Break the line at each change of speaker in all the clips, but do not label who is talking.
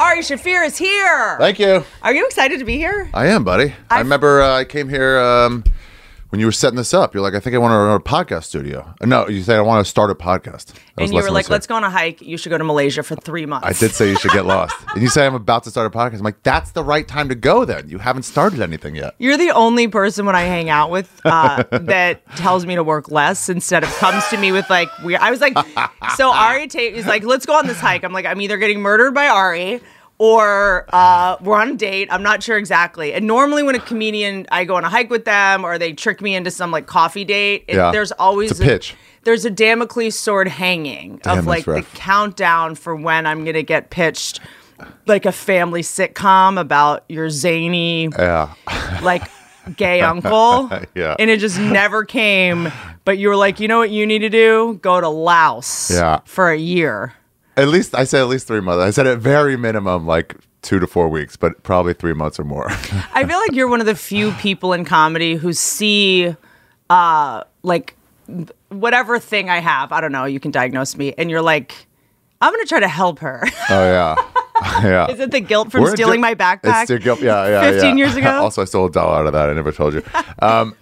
Ari Shafir is here.
Thank you.
Are you excited to be here?
I am, buddy. i remember uh, I came here um, when you were setting this up. You're like, I think I want to run a podcast studio. Uh, No, you said I want to start a podcast. That was
and you
last
were
time I
like,
said.
let's go on a hike. You should go to Malaysia for three months.
I did say you should get lost. and you say I'm about to start a podcast. I'm like, that's the right time to go then. You haven't started anything yet.
You're the only person when I hang out with uh, that tells me to work less instead of comes to me with like weird. I was like, so Ari Tate is like, let's go on this hike. I'm like, I'm either getting murdered by Ari or uh, we're on a date. I'm not sure exactly. And normally when a comedian, I go on a hike with them or they trick me into some like coffee date. It,
Yeah.
There's always
It's a pitch.
There's a Damocles sword hanging
Damn,
of
that's
like the
rough.
countdown for when I'm gonna get pitched. Like a family sitcom about your zany
Yeah.
like gay uncle.
Yeah.
And it just never came. But you were like, you know what you need to do? Go to Laos
Yeah.
for a year.
At least I said at least three months. I said at very minimum like two to four weeks, but probably three months or more. Oh,
I feel like you're one of the few people in comedy who see uh like whatever thing I have. I don't know, you can diagnose me, and you're like, I'm gonna try to help her.
oh yeah. yeah.
Is it the guilt from
We're a
stealing my
di-
backpack?
It's the guilt. Yeah, yeah,
15
yeah.
years ago?
also, I stole a dollar out of that. I never told you. Um,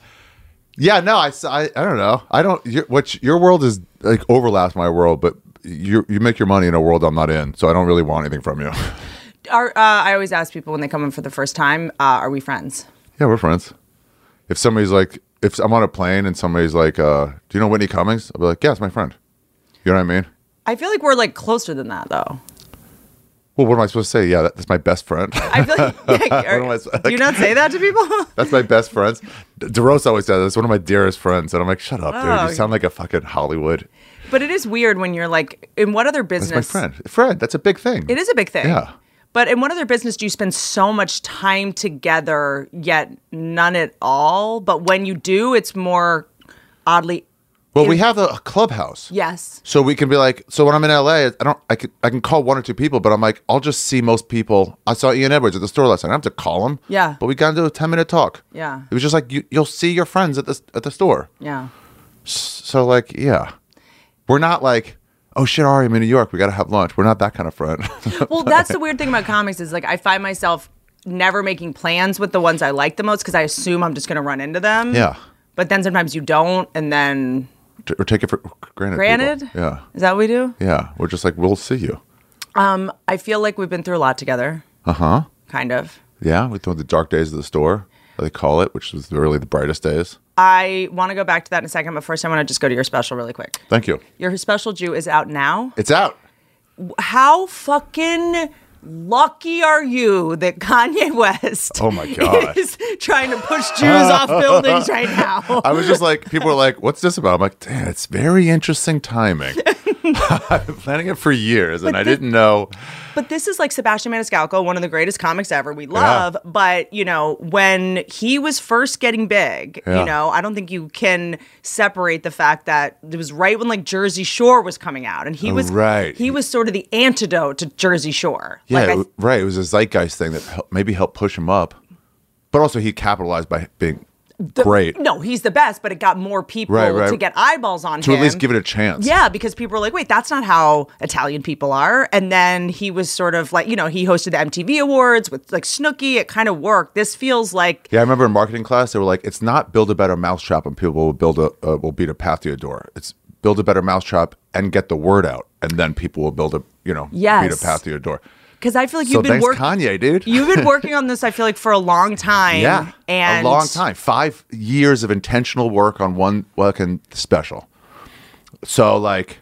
yeah, no, I, s- I, I don't know. I don't. Your, what your world is like overlaps my world, but you you make your money in a world I'm not in, so I don't really want anything from you.
Are, uh, I always ask people when they come in for the first time, uh, are we friends?
yeah, we're friends. If somebody's like, if I'm on a plane and somebody's like, uh, "Do you know Whitney Cummings?" I'll be like, "Yeah, it's my friend." You know what I mean?
I feel like we're like closer than that though.
Well, what am I supposed to say? Yeah, that, that's my best friend.
I feel like,
am I supposed-
do you not say that to people?
That's my best friends. D- DeRosa always says that's one of my dearest friends. And I'm like, shut up, dude.
Oh.
You sound like a fucking Hollywood.
But it is weird when you're like, in what other business?
That's my friend. Friend, that's a big thing.
It is a big thing.
Yeah.
But in what other business do you spend so much time together, yet none at all? But when you do, it's more oddly,
Well, we have a a clubhouse.
yes.
So we can be like, so when I'm in LA, I don't, I can, I can call one or two people, but I'm like, I'll just see most people. I saw Ian Edwards at the store last night. I don't have to call him.
Yeah.
But we got into a 10 minute talk.
Yeah.
It was just like, you, you'll see your friends at the, at the store.
Yeah.
So, like, yeah. We're not like, oh shit, Ari, I'm in New York. We got to have lunch. We're not that kind of friend.
Well, that's the weird thing about comics is like, I find myself never making plans with the ones I like the most because I assume I'm just going to run into them.
Yeah.
But then sometimes you don't. And then,
T- or take it for granted. people.
granted,
Yeah.
Is that what we do?
Yeah. We're just like, we'll see you.
I feel like we've been through a lot together. Uh
Uh-huh.
huh. Kind of.
Yeah. We throw the dark days of the store, they call it, which is really the brightest days.
I want to go back to that in a second, but first I want to just go to your special really quick.
Thank you.
Your special Jew is out now.
It's out.
How fucking lucky are you that Kanye West
Oh my God.
is trying to push Jews off buildings right now?
I was just like, people are like, what's this about? I'm like, damn, it's very interesting timing. I've been planning it for years and I didn't know.
But this is like Sebastian Maniscalco, one of the greatest comics ever. We love, but you know, when he was first getting big,
Yeah.
you know, I don't think you can separate the fact that it was right when like Jersey Shore was coming out, and he was
right.
He was sort of the antidote to Jersey Shore.
Yeah,
like I-
it- right. It was a zeitgeist thing that helped, maybe helped push him up, but also he capitalized by being great
no, he's the best, but it got more people
Right, right.
to get eyeballs on
to
him.
at least give it a chance.
Yeah, because people were like, wait, that's not how Italian people are. And then he was sort of like, you know, he hosted the MTV Awards with like Snooki. It kind of worked. This feels like
Yeah, I remember in marketing class they were like, "It's not build a better mousetrap, and people will build a uh, will beat a path to your door. It's build a better mousetrap and get the word out, and then people will build a you know beat
Yes.
a path to your door."
Because I feel like
so
you've been
thanks,
working.
Kanye, dude.
You've been working on this. I feel like for a long time.
yeah,
and
a long time, five years of intentional work on one fucking special. So like,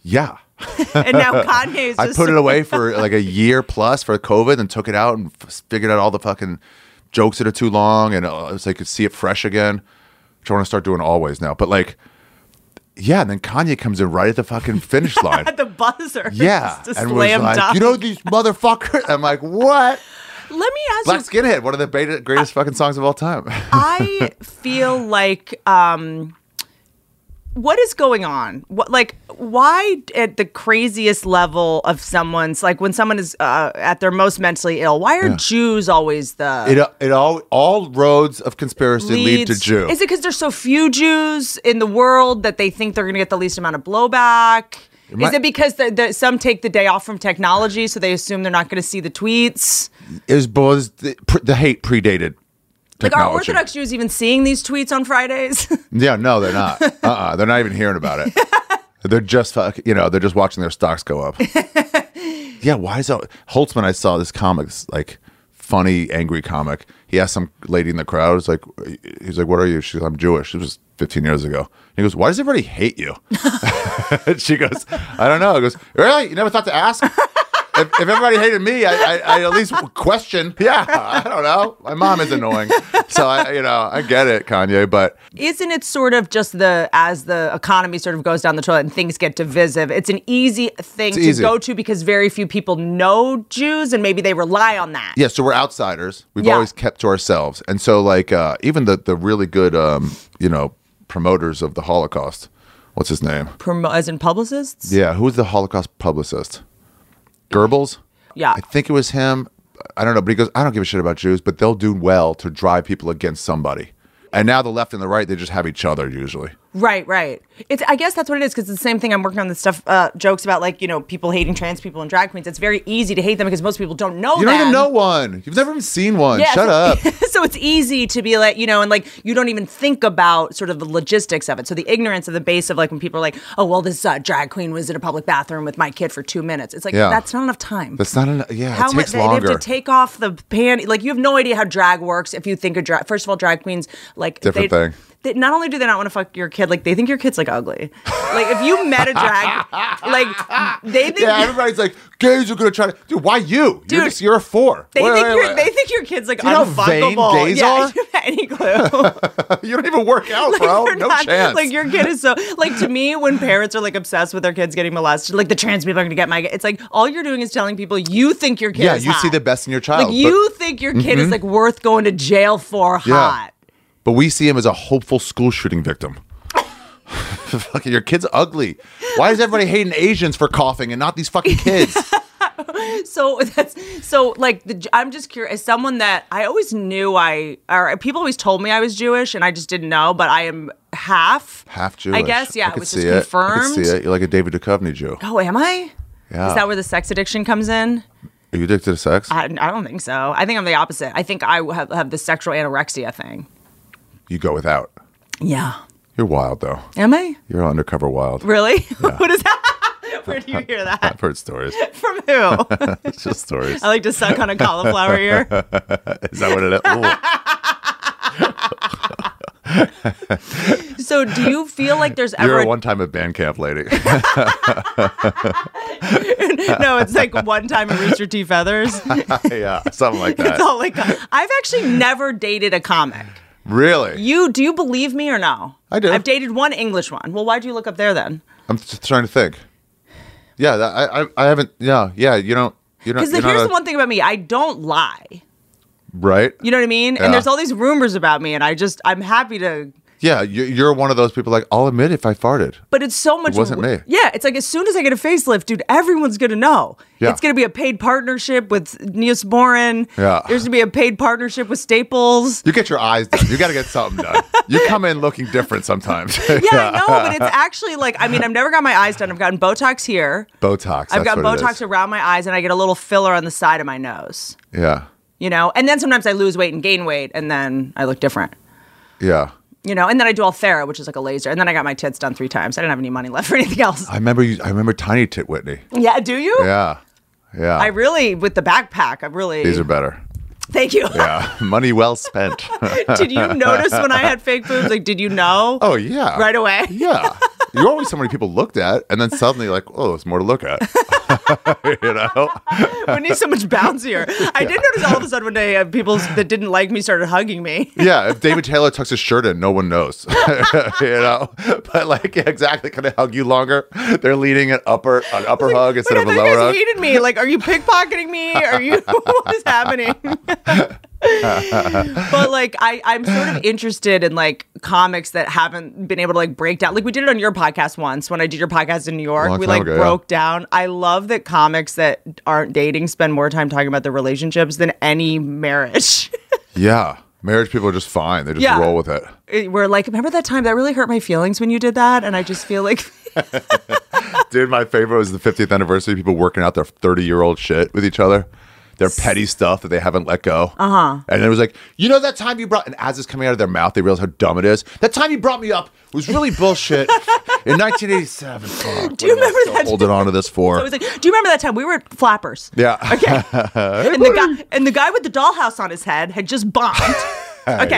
yeah,
And now Kanye is
I
just
put it away for like a year plus for COVID, and took it out and f- figured out all the fucking jokes that are too long, and uh, so I could see it fresh again, which I want to start doing always now. But like, yeah, and then Kanye comes in right at the fucking finish line.
at the buzzer.
yeah,
just to
and was
slam
like,
dunk.
you know these motherfuckers. I'm like, what?
Let me ask
Black
you.
Skinhead, one of the beta- greatest fucking songs of all time.
I feel like um what is going on? What like why at the craziest level of someone's like when someone is uh, at their most mentally ill? Why are Jews always the
it it all all roads of conspiracy lead to
leads-
Jew.
Is it because there's so few Jews in the world that they think they're going to get the least amount of blowback?
might-
is it because the, the, some take the day off from technology, so they assume they're not going to see the tweets?
is was the, pr- the hate predated
Like, are
technology.
Orthodox Jews even seeing these tweets on Fridays?
yeah, no, they're not. Uh, uh-uh, uh, they are not even hearing about it. they're just fuck, you know, they're just watching their stocks go up. yeah, why is that? Holtzman? I saw this comic, this, like funny, angry comic. He asked some lady in the crowd, was like, he's like, "What are you?" She's, "I'm Jewish." It was 15 years ago. He goes, "Why does everybody hate you?" And she goes, "I don't know." He goes, "Really? You never thought to ask?" If, if everybody hated me, I, I, I at least question. Yeah, I don't know. My mom is annoying, so I, you know, I get it, Kanye. But
Isn't it sort of just the as the economy sort of goes down the toilet and things get divisive? It's an easy thing to
easy.
go to because very few people know Jews and maybe they rely on that.
Yeah, so we're outsiders. We've
Yeah.
always kept to ourselves, and so like uh, even the the really good um, you know promoters of the Holocaust. What's his name?
Promo- as in publicists?
Yeah, who's the Holocaust publicist? Goebbels.
Yeah.
I think it was him. I don't know, but he goes, I don't give a shit about Jews, but they'll do well to drive people against somebody. And now the left and the right, they just have each other usually.
Right, right. It's I guess that's what it is because it's the same thing. I'm working on this stuff, uh, jokes about like you know people hating trans people and drag queens. It's very easy to hate them because most people don't know.
You don't even
them.
know one. You've never even seen one.
Yeah,
Shut
so-
up.
so it's easy to be like, you know, and like you don't even think about sort of the logistics of it. So the ignorance of the base of like when people are like, oh, well, this uh, drag queen was in a public bathroom with my kid for two minutes. It's like,
Yeah.
that's not enough time.
That's not enough. Yeah,
how
it takes
much they, they have
longer.
to take off the pan? Like you have no idea how drag works. If you think of drag, first of all, drag queens like
Different
they,
thing.
They, not only do they not want to fuck your kid, like they think your kid's like ugly. like if you met a drag, like they think
yeah, everybody's like, gays are gonna try to. Dude, why you? you're
Dude,
just you're a four.
they
Wait,
think
wait,
your
wait.
they think your kid's like
Do you know how vain
unfuckable.
gays
yeah,
are?
you have any clue?
You don't even work out, bro.
You're
No
not-
chance.
Like your kid is so like to me when parents are like obsessed with their kids getting molested, like the trans people are gonna get my. It's like all you're doing is telling people you think your kid.
yeah,
is
you see
hot.
the best in your child. Mm-hmm.
Like you think your kid is like worth going to jail for
Yeah.
hot.
but, but we see him as a hopeful school shooting victim. fucking your kid's ugly. Why is everybody hating Asians for coughing and not these fucking kids?
So that's so like the, I'm just curious. As someone that I always knew I or people always told me I was Jewish and I just didn't know, but I am half.
Half Jewish.
I guess yeah.
I
it
could
was
see
just
it.
confirmed.
I could see it. You're like a David Duchovny Jew.
Oh, am I?
Yeah.
Is that where the sex addiction comes in?
Are you addicted to sex?
I, I don't think so. I think I'm the opposite. I think I have, have the sexual anorexia thing.
you go without.
Yeah.
You're wild though.
Am I?
You're undercover wild.
Really? what is that? Where do you hear that?
I've heard stories.
From who?
It's just stories.
I like to suck on a cauliflower ear.
Is that what it is?
So do you feel like there's
Ooh, You're
ever
a one time at band camp lady.
No, it's like one time I reached your T feathers.
yeah, something like
It's
that.
all like I've actually never dated a comic.
Really?
You do you believe me or no?
I do.
I've dated one English one. Well, why'd you look up there then?
I'm just trying to think. Yeah, that, I, I I haven't. Yeah, yeah. You don't. You don't.
Because
you're
here's
not a-
the one thing about me, I don't lie.
right?
You know what I mean?
Yeah.
And there's all these rumors about me, and I just I'm happy to
yeah, you, you're one of those people. Like, I'll admit if I farted.
But it's so much.
wasn't me.
Yeah, it's like as soon as I get a facelift, dude, everyone's gonna know.
Yeah.
It's gonna be a paid partnership with Neosporin.
Yeah.
There's gonna be a paid partnership with Staples.
You get your eyes done. You got to get something done. You come in looking different sometimes.
Yeah, I know, but it's actually like I mean, I've never got my eyes done. I've gotten Botox here.
Botox.
I've
that's
got
what it
Botox
is.
around my eyes, and I get a little filler on the side of my nose.
Yeah,
You know, and then sometimes I lose weight and gain weight, and then I look different.
yeah.
You know, and then I do Althera, which is like a laser, and then I got my tits done three times. I didn't have any money left for anything else.
I remember you. I remember Tiny Tit Whitney.
yeah, do you?
Yeah, yeah.
I really, with the backpack, I really.
These are better.
thank you.
Yeah, money well spent.
did you notice when I had fake boobs? Like, did you know?
oh yeah.
Right away.
Yeah. You're always somebody people looked at, and then suddenly like, oh, there's more to look at. you know?
Wendy's so much bouncier. I did notice all of a sudden one day uh, people that didn't like me started hugging me.
Yeah, if David Taylor tucks his shirt in, no one knows. you know? But like yeah, exactly can I hug you longer? They're leading an upper an upper hug instead
Wait,
of a
I thought
lower
you guys
hug.
hated me. Like, are you pickpocketing me? Are you what is happening? but like I, I'm sort of interested in like comics that haven't been able to like break down. Like we did it on your podcast once when I did your podcast in New York.
Long
we
time
like
ago, yeah.
broke down. I love that comics that aren't dating spend more time talking about their relationships than any marriage.
Yeah. Marriage people are just fine. They just
Yeah.
roll with it.
It- We're like, remember that time that really hurt my feelings when you did that? And I just feel like
Dude, my favorite was the 50th anniversary. People working out their 30 year old shit with each other, their petty stuff that they haven't let go. Uh
Uh-huh.
huh. And it was like, you know, that time you brought, and as it's coming out of their mouth, they realize how dumb it is. That time you brought me up was really bullshit in 1987. Fuck,
Do you
what am I
remember
still
that-
Holding on to this for.
I was like, do you remember that time we were at Flappers?
yeah.
Okay. and the guy and the guy with the dollhouse on his head had just bombed. Okay.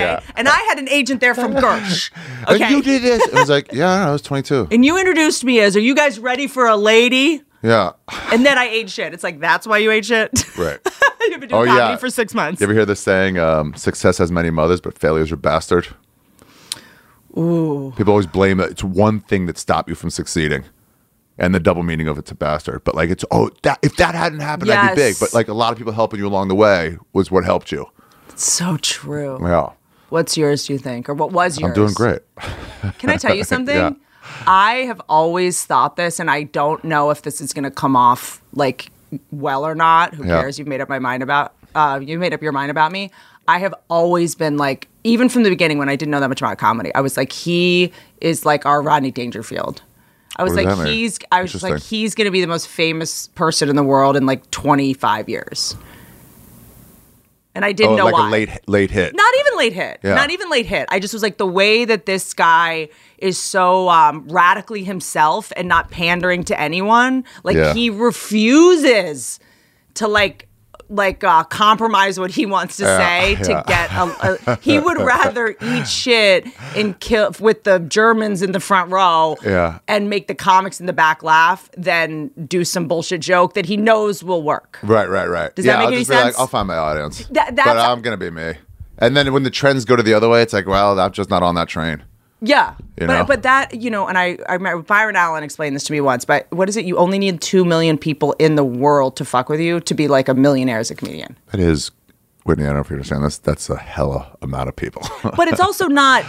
Yeah.
And I had an agent there from Gersh.
And
Okay.
you did this. It was like, yeah, I was 22.
And you introduced me as, "Are you guys ready for a lady?"
Yeah.
And then I ate shit. It's like that's why you ate shit.
Right.
You've been doing
Oh,
comedy
yeah.
for six months.
You ever hear the saying, um, success has many mothers, but failures are bastard? Ooh. People always blame it. It's one thing that stopped you from succeeding. And the double meaning of it's a bastard. But like it's oh that if that hadn't happened, that'd be big.
Yes.
But like a lot of people helping you along the way was what helped you.
so true.
Yeah.
What's yours? Do you think, or what was yours?
I'm doing great.
Can I tell you something?
Yeah.
I have always thought this, and I don't know if this is going to come off like well or not. Who
Yeah.
cares? You've made up my mind about. Uh, you made up your mind about me. I have always been like, even from the beginning when I didn't know that much about comedy, I was like, he is like our Rodney Dangerfield. I was
What does
like,
that mean?
he's. I was like,
Interesting.
he's going to be the most famous person in the world in like 25 years. And I didn't
Oh,
know
like
why
a late late hit.
not even late hit
Yeah.
not even late hit i just was like the way that this guy is so um, radically himself and not pandering to anyone like
Yeah.
he refuses to like like uh, compromise what he wants to say to get a, a he would rather eat shit and kill with the germans in the front row
Yeah.
and make the comics in the back laugh than do some bullshit joke that he knows will work
Right, right, right.
Does
yeah,
that make
I'll
any
just be
sense?
like, I'll find my audience.
That- that's-
but I'm gonna be me. And then when the trends go to the other way, it's like, well, I'm just not on that train.
Yeah. but
You know?
but that, you know, and I, I remember Byron Allen explained this to me once, but what is it? You only need 2 million people in the world to fuck with you to be like a millionaire as a comedian.
That is, Whitney. I don't know if you understand this. That's a hella amount of people.
But it's also not.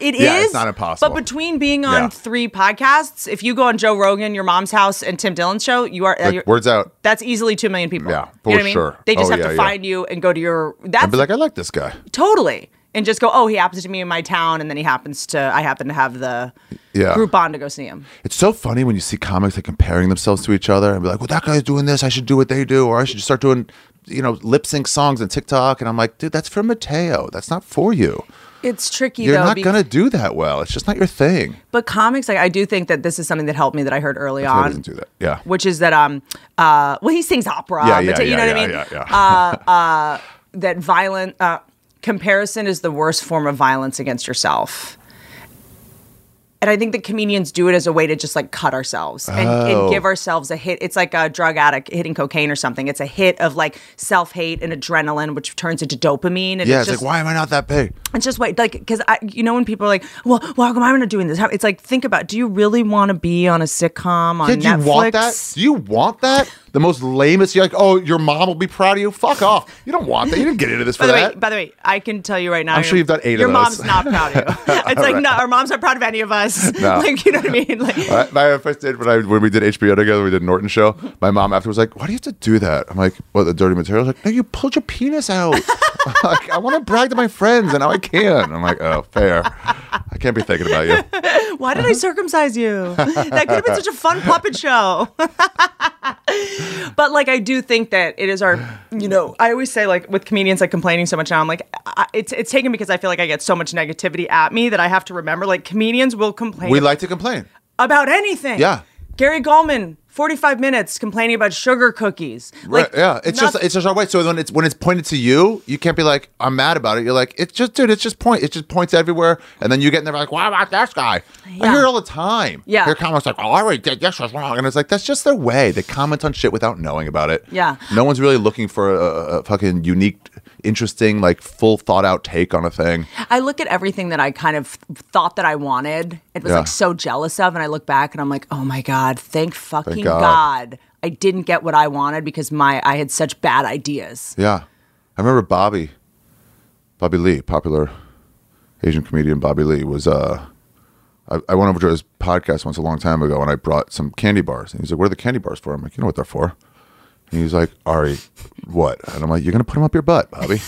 It is.
Yeah, it's not impossible.
But between being on
Yeah.
three podcasts, if you go on Joe Rogan, your mom's house, and Tim Dillon's show, you are.
Like,
you're-
words out.
that's easily 2 million people.
Yeah,
You know
for
what I mean?
sure.
They just
Oh,
have
yeah,
to
yeah.
find you and go to your. That's
I'd be like, I like this guy.
totally. And just go, oh, he happens to be in my town, and then he happens to, I happen to have the
Yeah.
group on to go see him.
It's so funny when you see comics like comparing themselves to each other and be like, well, that guy's doing this. I should do what they do, or I should just start doing, you know, lip sync songs and TikTok. And I'm like, dude, that's for Mateo. That's not for you.
It's tricky
You're
though.
not
bec-
gonna do that well. It's just not your thing.
But comics, like I do think that this is something that helped me that I heard early
He
on,
doesn't do that. Yeah.
which is that um uh well he sings opera,
yeah,
but
yeah,
t- you
yeah,
know
yeah,
what I mean? Uh,
yeah, yeah.
That violent uh, comparison is the worst form of violence against yourself. And I think that comedians do it as a way to just like cut ourselves and,
Oh.
and give ourselves a hit. It's like a drug addict hitting cocaine or something. It's a hit of like self hate and adrenaline, which turns into dopamine. And
yeah,
it's
it's
just,
like, why am I not that big?
It's just wait, like, because I, you know, when people are like, "Well, well, how come I'm not doing this?" How, it's like, think about: Do you really want to be on a sitcom on
Did you
Netflix?
want that? Do you want that? The most lamest. You're like, oh, your mom will be proud of you. Fuck off. You don't want that. You didn't get into this for
By the
that.
way, by the way, I can tell you right now.
I'm sure you've done eight of
Your
those.
mom's not proud of you. It's like no, our mom's not proud of any of us. like you know what I mean? Like,
Uh, my first did when I when we did HBO together, we did Norton show. My mom afterwards was like, "Why do you have to do that?" I'm like, "What the dirty material?" She's like, no, you pulled your penis out. like, I want to brag to my friends, and now I can. I'm like, "Oh, fair. I can't be thinking about you."
why
Uh-huh.
did I circumcise you? That could have been such a fun puppet show. but like, I do think that it is our, you know, I always say like with comedians like complaining so much now, I'm like, I, it's it's taken because I feel like I get so much negativity at me that I have to remember like comedians will complain
We like to complain.
about anything.
Yeah.
Gary Goldman 45 minutes complaining about sugar cookies.
Right,
Like,
yeah, it's
noth-
just it's just our way. So when it's when it's pointed to you, you can't be like, I'm mad about it. You're like, it's just dude, it's just point, it just points everywhere. And then you get in there like, why about this guy? I hear it all the time.
Yeah.
I hear comments like, oh, I already did this was wrong, and it's like that's just their way. They comment on shit without knowing about it.
Yeah.
no one's really looking for a, a fucking unique, interesting, like full thought out take on a thing.
I look at everything that I kind of thought that I wanted and was
Yeah.
like so jealous of, and I look back and I'm like, oh my god, thank fucking
God.
god. I didn't get what I wanted because my I had such bad ideas.
Yeah. I remember Bobby, Bobby Lee, popular Asian comedian Bobby Lee, was, uh, I, I went over to his podcast once a long time ago and I brought some candy bars. And he's like, What are the candy bars for? I'm like, You know what they're for. And he's like, Ari, what? And I'm like, You're going to put them up your butt, Bobby.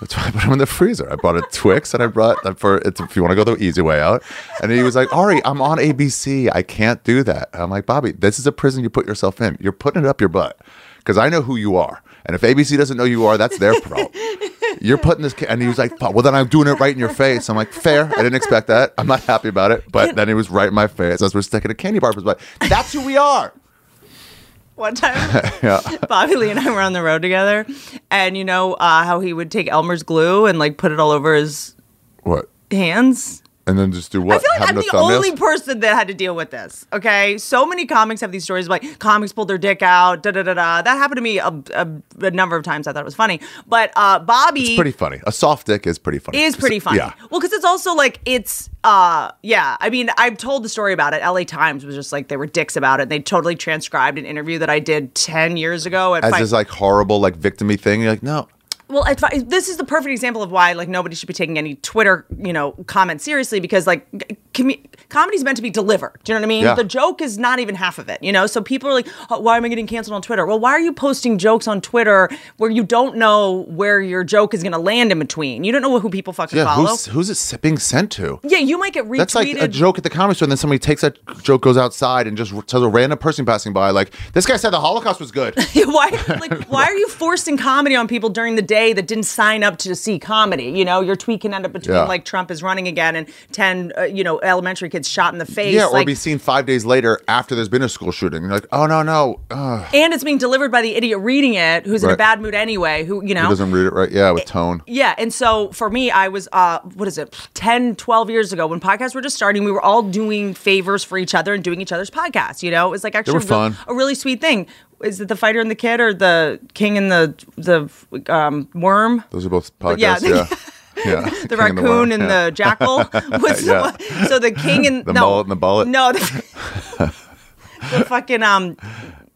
That's why I put them in the freezer. I brought a Twix and I brought that for it's, if you want to go the easy way out. And he was like, Ari, I'm on ABC. I can't do that. And I'm like, Bobby, this is a prison you put yourself in. You're putting it up your butt because I know who you are. And if ABC doesn't know you are, that's their problem. You're putting this, ca-" and he was like, "Fuck, "Well, then I'm doing it right in your face." I'm like, "Fair. I didn't expect that. I'm not happy about it." But then he was right in my face as we're sticking a candy bar up his butt. That's who we are.
One time, Bobby Lee and I were on the road together, and you know uh, how he would take Elmer's glue and like put it all over his
What?
hands.
And then just do what?
I feel like
Have
I'm
no
the
thumbnails?
only person that had to deal with this. Okay, so many comics have these stories of like comics pulled their dick out, da da da da. That happened to me a, a, a number of times. I thought it was funny, but uh, Bobby
Pretty funny. A soft dick is pretty funny.
is pretty funny.
Yeah.
Well, because it's also like it's uh yeah. I mean, I've told the story about it. LA Times was just like they were dicks about it. And they totally transcribed an interview that I did ten years ago. At
as
Fi-
this like horrible like victimy thing. You're like, no,
well, at Fi- this is the perfect example of why like nobody should be taking any Twitter you know comments seriously because like g- com- comedy's meant to be delivered. Do you know what I mean?
Yeah.
The joke is not even half of it. You know, so people are like, oh, why am I getting canceled on Twitter? Well, why are you posting jokes on Twitter where you don't know where your joke is going to land in between? You don't know who people fucking
yeah,
follow.
who's who's it s- being sent to?
yeah, you might get retweeted.
That's like a joke at the comedy store, and then somebody takes that joke, goes outside, and just r- tells a random person passing by, like, "This guy said the Holocaust was good."
Yeah, why like why are you forcing comedy on people during the day that didn't sign up to see comedy? You know, your tweet can end up between
Yeah.
like Trump is running again and ten uh, you know elementary kids shot in the face.
yeah, or
like,
be seen five days later after there's been a school shooting. You're like, "Oh no, no, uh,
and it's being delivered by the idiot reading it, who's in
Right.
a bad mood anyway. Who you
he
know.
doesn't read it right." Yeah, with tone.
yeah, and so for me, I was, uh, what is it, 10, 12 years ago when podcasts were just starting, we were all doing favors for each other and doing each other's podcasts. You know, it was like actually
were
a real-
fun.
a really sweet thing. Is it the fighter and the kid or the king and the the um, worm?
Those are both podcasts.
yeah,
Yeah, yeah.
the raccoon and the jackal was the
Yeah.
one- so the king and
The
no,
mullet and the bullet.
No, the, the fucking um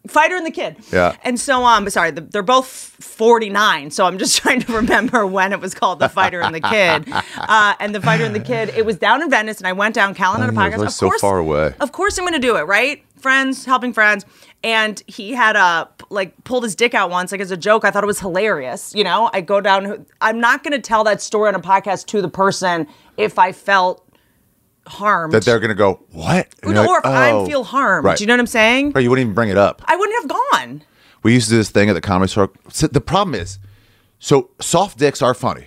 fighter and the kid.
Yeah.
And so um sorry, the, they're both 49, so I'm just trying to remember when it was called the fighter and the kid. Uh, and the fighter and the kid, it was down in Venice and I went down Callan on a
yeah, it
podcast.
was
of
so
course,
far away.
Of course I'm going to do it, right? Friends helping friends. And he had uh, p- like pulled his dick out once, like as a joke. I thought it was hilarious. You know, I go down. I'm not going to tell that story on a podcast to the person if I felt harmed.
that they're gonna go what? And you're
or
like,
if I
"Oh."
feel harmed.
Right.
Do you know what I'm saying?
Or you wouldn't even bring it up.
I wouldn't have gone.
We used to do this thing at the comedy store. So the problem is, so soft dicks are funny.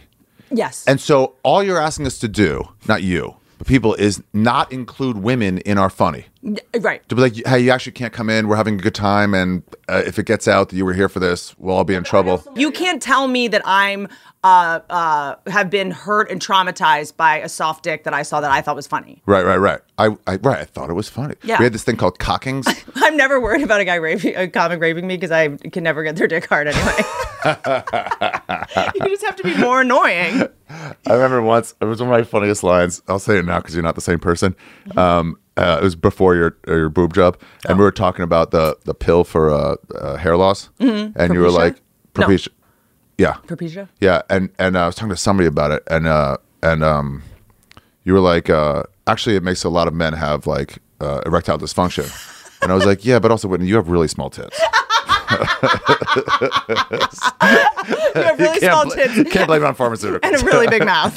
Yes.
And so all you're asking us to do, not you, but people, is not include women in our funny.
right.
To be like, hey, you actually can't come in. We're having a good time. And uh, if it gets out that you were here for this, we'll all be in trouble.
You can't tell me that I'm uh, uh, have been hurt and traumatized by a soft dick that I saw that I thought was funny.
Right, right, right. I, I right. I thought it was funny.
Yeah.
We had this thing called cockings.
I'm never worried about a guy raping, a comic raping me because I can never get their dick hard anyway. you just have to be more annoying.
I remember once it was one of my funniest lines. I'll say it now because you're not the same person.
Mm-hmm.
Um, uh, it was before your your boob job,
Oh.
and we were talking about the the pill for uh, uh, hair loss, and you were
Mm-hmm. Propecia?
like,
No.
"Propecia, yeah,
Propecia?
yeah." And and I was talking to somebody about it, and uh, and um, you were like, uh, "Actually, it makes a lot of men have like uh, erectile dysfunction," and I was like, "Yeah, but also, Whitney, you have really small tits."
You have really
Can't
small
bl-
tits
Can't blame it on pharmaceuticals.
and a really big mouth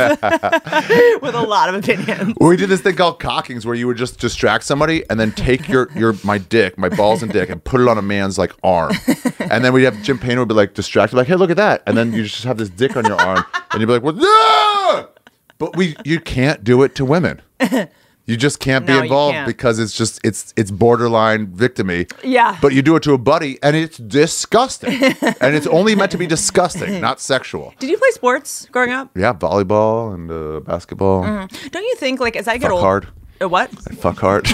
with a lot of opinions.
Well, we did this thing called cockings where you would just distract somebody and then take your your my dick, my balls and dick, and put it on a man's like arm. And then we'd have Jim Payne would be like distracted, like, hey, look at that. And then you just have this dick on your arm and you'd be like, Well, yeah! But we you can't do it to women. You just can't be
No, you
involved
can't.
because it's just it's it's borderline victimy.
Yeah.
But you do it to a buddy and it's disgusting. and it's only meant to be disgusting, not sexual.
Did you play sports growing up?
Yeah, volleyball and uh, basketball.
Don't you think like as I Mm-hmm. get
Fuck
older,
hard.
what?
Fuck hard.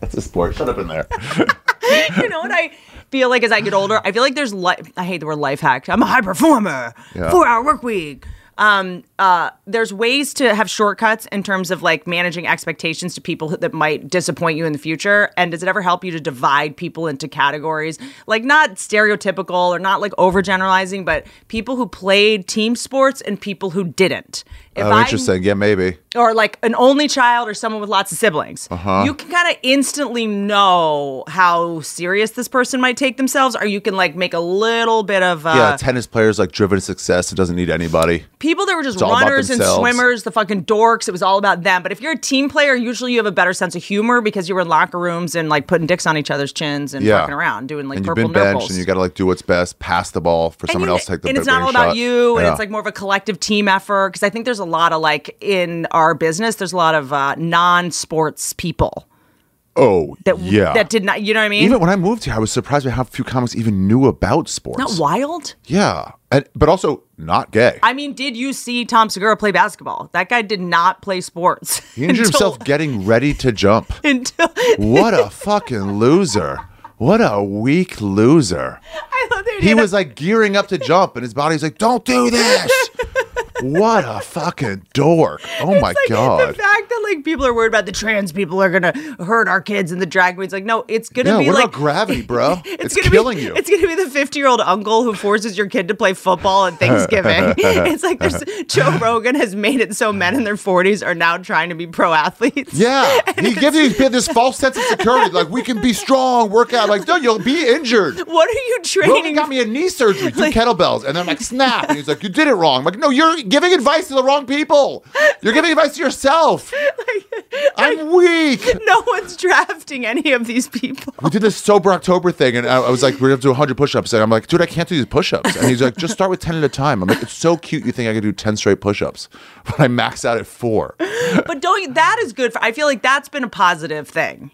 That's a sport. Shut up in there.
you know what I feel like as I get older? I feel like there's life. I hate the word life hack. I'm a high performer.
Yeah.
Four hour work week. Um, uh, there's ways to have shortcuts in terms of like managing expectations to people that might disappoint you in the future. And does it ever help you to divide people into categories? Like not stereotypical or not like overgeneralizing, but people who played team sports and people who didn't. If
Oh,
I-
interesting. Yeah, maybe.
or like an only child or someone with lots of siblings,
Uh-huh.
you can kind of instantly know how serious this person might take themselves, or you can like make a little bit of uh,
yeah, tennis players like driven to success. It doesn't need anybody.
people that were just
It's all about
runners and
themselves.
swimmers, the fucking dorks. It was all about them. But if you're a team player, usually you have a better sense of humor because you were in locker rooms and like putting dicks on each other's chins and
Yeah.
fucking around doing like
and you've
purple
been benched,
nipples.
and you got to like do what's best, pass the ball for someone
you-
else to take the
and it's not all
winning
about
shot.
you and
Yeah.
it's like more of a collective team effort because i think there's a lot of like in our business there's a lot of uh, non-sports people
oh
that
yeah
that did not you know what I mean?
Even when I moved here, I was surprised by how few comics even knew about sports.
not wild.
Yeah, and, but also not gay.
I mean, did you see Tom Segura play basketball? That guy did not play sports.
he injured himself getting ready to jump.
until
What a fucking loser! What a weak loser!
I thought they
He
did
was like gearing up to jump, and his body's like, "Don't do this." What a fucking dork! Oh my
like, The
god!
fact that like people are worried about the trans people are gonna hurt our kids and the drag queens, like no, it's gonna
Yeah,
be
what
like
about gravity, bro? It's,
gonna
killing
be,
you.
It's gonna be the fifty-year-old uncle who forces your kid to play football at Thanksgiving. it's like there's Joe Rogan has made it so men in their forties are now trying to be pro athletes.
Yeah, he gives you this false sense of security, like we can be strong, work out. Like, no, you'll be injured.
What are you
Rogan
training?
got me a knee surgery, two kettlebells, and then I'm like, snap. And he's like, you did it wrong. I'm like, no, you're giving advice to the wrong people. You're giving advice to yourself. I'm weak.
no one's drafting any of these people.
We did this sober October thing, and I, I was like, we're gonna have to do 100 push-ups, and I'm like, dude, I can't do these push-ups. And he's like, just start with 10 at a time. I'm like, it's so cute. You think I could do 10 straight push-ups, but I max out at four.
But don't you, that is good for I feel like that's been a positive thing.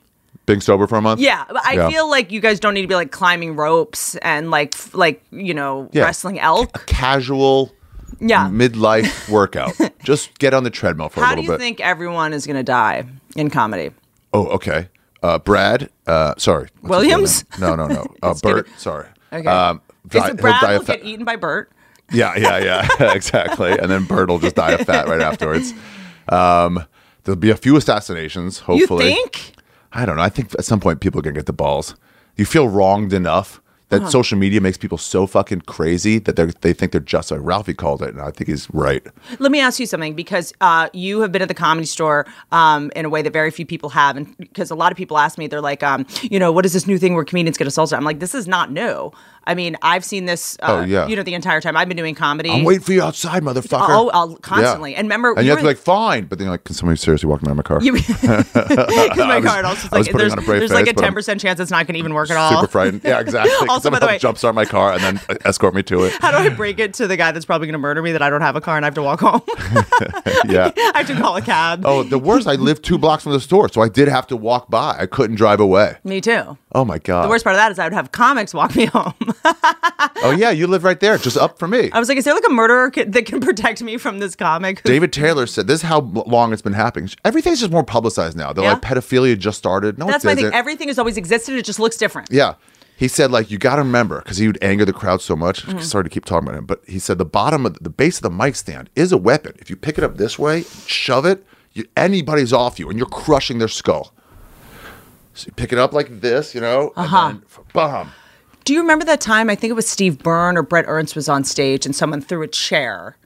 Being sober for a month.
Yeah, but I
Yeah.
feel like you guys don't need to be like climbing ropes and like f- like you know
Yeah.
wrestling elk.
Casual.
Yeah.
midlife workout. Just get on the treadmill for a
How do
little
you
bit.
think everyone is going to die in comedy?
oh, okay. Uh, Brad, uh, sorry. What's his
Williams?
real name? No, no, no. Uh,
kidding.
Bert, sorry.
Okay.
Um,
Is
di-
it
he'll
Brad
die
will
of fat-
get eaten by Bert?
Yeah, yeah, yeah. exactly. And then Bert will just die of fat right afterwards. Um, there'll be a few assassinations, hopefully.
You think?
I don't know. I think at some point people are gonna get the balls. You feel wronged enough that
Uh-huh.
social media makes people so fucking crazy that they they think they're justified. Ralphie called it, and I think he's right.
Let me ask you something because uh, you have been at the comedy store um, in a way that very few people have, and because a lot of people ask me, they're like, um, you know, what is this new thing where comedians get assaulted? I'm like, this is not new. I mean, I've seen this, uh,
Oh, yeah.
you know, the entire time I've been doing comedy.
I'm waiting for you outside, motherfucker.
Oh, I'll- constantly. And remember,
and
we
you have to
were-
be like, fine, but then you're like, can somebody seriously walk me out of my car?
Because my card also is
I
like
was putting
there's,
on a brave
there's like
face,
a
but I'm
ten percent chance it's not going to even work at all.
Super frightened. Yeah, exactly. Can
Also, by
someone
the way-
help jumpstart my car and then uh, escort me to it.
How do I break it to the guy that's probably going to murder me that I don't have a car and I have to walk home?
Yeah.
I have to call a cab.
Oh, the worst. I lived two blocks from the store, so I did have to walk by. I couldn't drive away.
Me too.
Oh my god.
The worst part of that is I would have comics walk me home.
Oh yeah, you live right there, just up from me.
I was like, is there like a murderer ca- that can protect me from this comic? who-
David Taylor said, "This is how bl- long it's been happening. Everything's just more publicized now. They're
Yeah.
like pedophilia just started. No,
That's
it
my
doesn't.
thing. Everything has always existed. It just looks different.
Yeah. He said, like, you got to remember, because he would anger the crowd so much.
Mm-hmm.
Sorry to keep talking about him, but he said the bottom of the base of the mic stand is a weapon. If you pick it up this way, shove it, you, anybody's off you, and you're crushing their skull. So you pick it up like this, you know, uh-huh. and then f- bam.
Do you remember that time? I think it was Steve Byrne or Brett Ernst was on stage and someone threw a chair.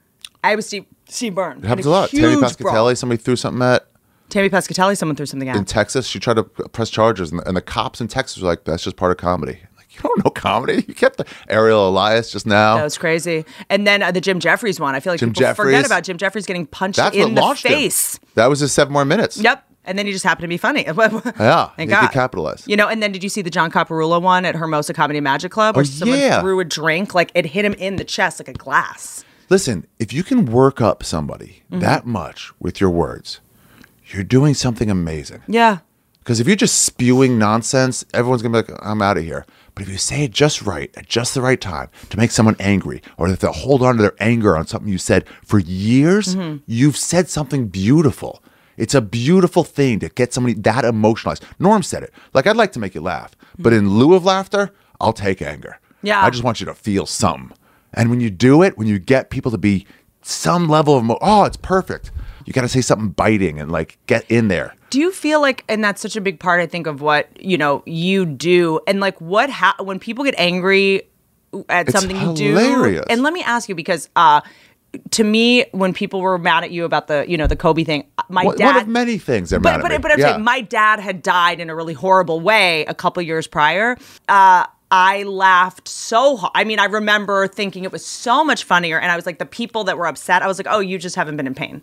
I was Steve, Steve Byrne.
It happens a lot. Tammy Pascatelli, somebody threw something at
Tammy Pascatelli, someone threw something at.
in Texas. She tried to p- press charges, and the, and the cops in Texas were like, that's just part of comedy. Like, you don't know comedy. You kept the Ariel Elias just now.
That was crazy. And then uh, the Jim Jeffries one. I feel like
Jim
people
Jeffries.
forget about Jim Jeffries getting punched
that's what
in the
launched
face.
him. That was his seven more minutes.
Yep. And then he just happened to be funny. yeah.
he
Thank God.
could capitalize.
You know, and then did you see the John Caparula one at Hermosa Comedy Magic Club where
Oh,
someone
yeah.
threw a drink, like it hit him in the chest like a glass? Mm-hmm.
Listen, if you can work up somebody that much with your words, you're doing something amazing.
Yeah.
Because if you're just spewing nonsense, everyone's gonna be like, "I'm out of here." But if you say it just right at just the right time to make someone angry, or if they'll hold on to their anger on something you said for years, you've said something beautiful. It's a beautiful thing to get somebody that emotionalized. Norm said it. Like, I'd like to make you laugh, but in lieu of laughter, I'll take anger.
Yeah.
I just want you to feel something. And when you do it, when you get people to be some level of, emo- oh, it's perfect. You got to say something biting and like get in there.
Do you feel like, and that's such a big part, I think, of what you know you do, and like what ha- when people get angry at
It's
something you
hilarious.
do. And let me ask you because, uh, to me, when people were mad at you about the you know the Kobe thing, uh, my
One-
dad
one of many things they're
but,
mad at
but,
me.
but I'm
Yeah.
saying my dad had died in a really horrible way a couple years prior. Uh, I laughed so hard. I mean, I remember thinking it was so much funnier, and I was like, the people that were upset, I was like, oh, you just haven't been in pain.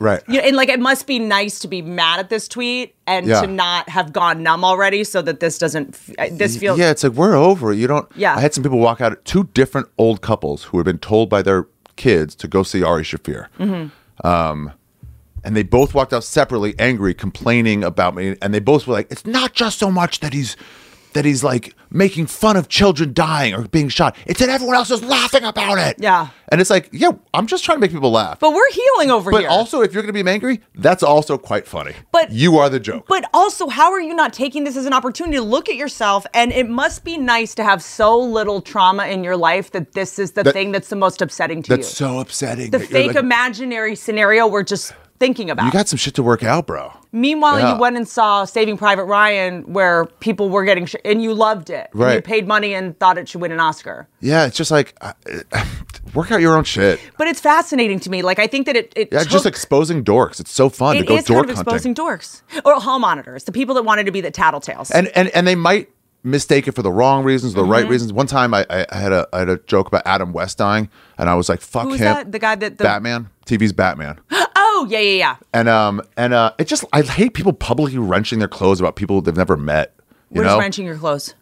Right.
You know, and like, it must be nice to be mad at this tweet and
Yeah.
to not have gone numb already, so that this doesn't. f- uh, This feels.
Yeah, it's like we're over. it. You don't.
Yeah.
I had some people walk out. Two different old couples who had been told by their kids to go see Ari Shafir. Um,
Mm-hmm.
and they both walked out separately, angry, complaining about me. And they both were like, "It's not just so much that he's." That he's like making fun of children dying or being shot. It's that everyone else is laughing about it.
Yeah.
And it's like, yeah, I'm just trying to make people laugh.
But we're healing over
But
here.
also, if you're going to be angry, that's also quite funny.
But-
you are the joke.
But also, how are you not taking this as an opportunity to look at yourself? And it must be nice to have so little trauma in your life that this is the
That-
thing that's the most upsetting to
that's
you.
so upsetting.
the
that you're
fake
like-
imaginary scenario we're just thinking about.
You got some shit to work out, bro.
Meanwhile,
Yeah.
you went and saw Saving Private Ryan, where people were getting sh- and you loved it. And You
Right.
paid money and thought it should win an Oscar.
Yeah, it's just like uh, uh, work out your own shit.
But it's fascinating to me. Like I think that it it
Yeah,
took,
just exposing dorks. It's so fun to
it
go
is kind
dork
of
hunting.
exposing dorks or hall monitors, the people that wanted to be the tattletales.
and and and they might mistake it for the wrong reasons, the
Mm-hmm.
right reasons. One time, I, I I had a I had a joke about Adam West dying, and I was like, "Fuck
Who was
him."
that? The guy that the-
Batman TV's Batman,
oh yeah, yeah, yeah.
and um and uh, it just I hate people publicly wrenching their clothes about people they've never met. You
Where's
know,
wrenching your clothes?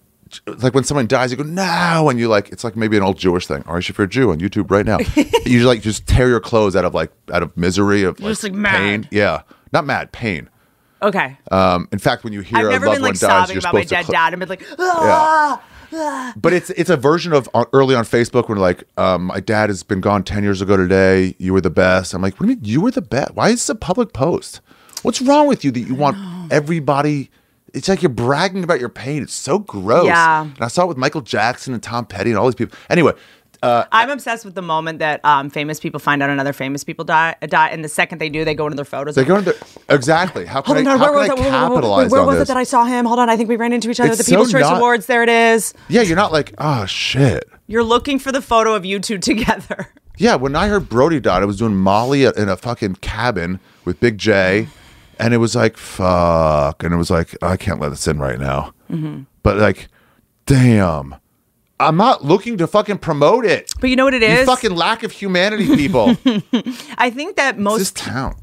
it's like when someone dies, you go no, and you like it's like maybe an old Jewish thing. Or if you're a Jew on YouTube right now, you like just tear your clothes out of like out of misery of like,
just, like, mad.
pain. Yeah, not mad, pain.
Okay.
Um, in fact, when you hear
I've
a
never
loved
been
one
like
dies,
sobbing
you're
about my
supposed to
dead
cl-
dad and been like, ah.
But it's it's a version of on, early on Facebook when like um, my dad has been gone ten years ago today. You were the best. I'm like, what do you mean you were the best? Why is this a public post? What's wrong with you that you want everybody? It's like you're bragging about your pain. It's so gross.
Yeah.
And I saw it with Michael Jackson and Tom Petty and all these people. Anyway,
I'm obsessed with the moment that um, famous people find out another famous people die, die, and the second they do, they go into their photos.
They go into exactly. How can
Hold on,
I,
where
how
was
can
it? Where-
I
where- where-
capitalize
Where
on
was
this?
it that I saw him? Hold on, I think we ran into each other
It's
at the People's
so
Choice
not-
Awards. There it is.
yeah, you're not like, oh shit.
You're looking for the photo of you two together.
Yeah, when I heard Brody died, I was doing Molly in a fucking cabin with Big J, and it was like fuck, and it was like I can't let this in right now.
Mm-hmm.
But like, damn, I'm not looking to fucking promote it.
But you know what it
You
is?
fucking lack of humanity, people. It's
I think that
this
most.
town.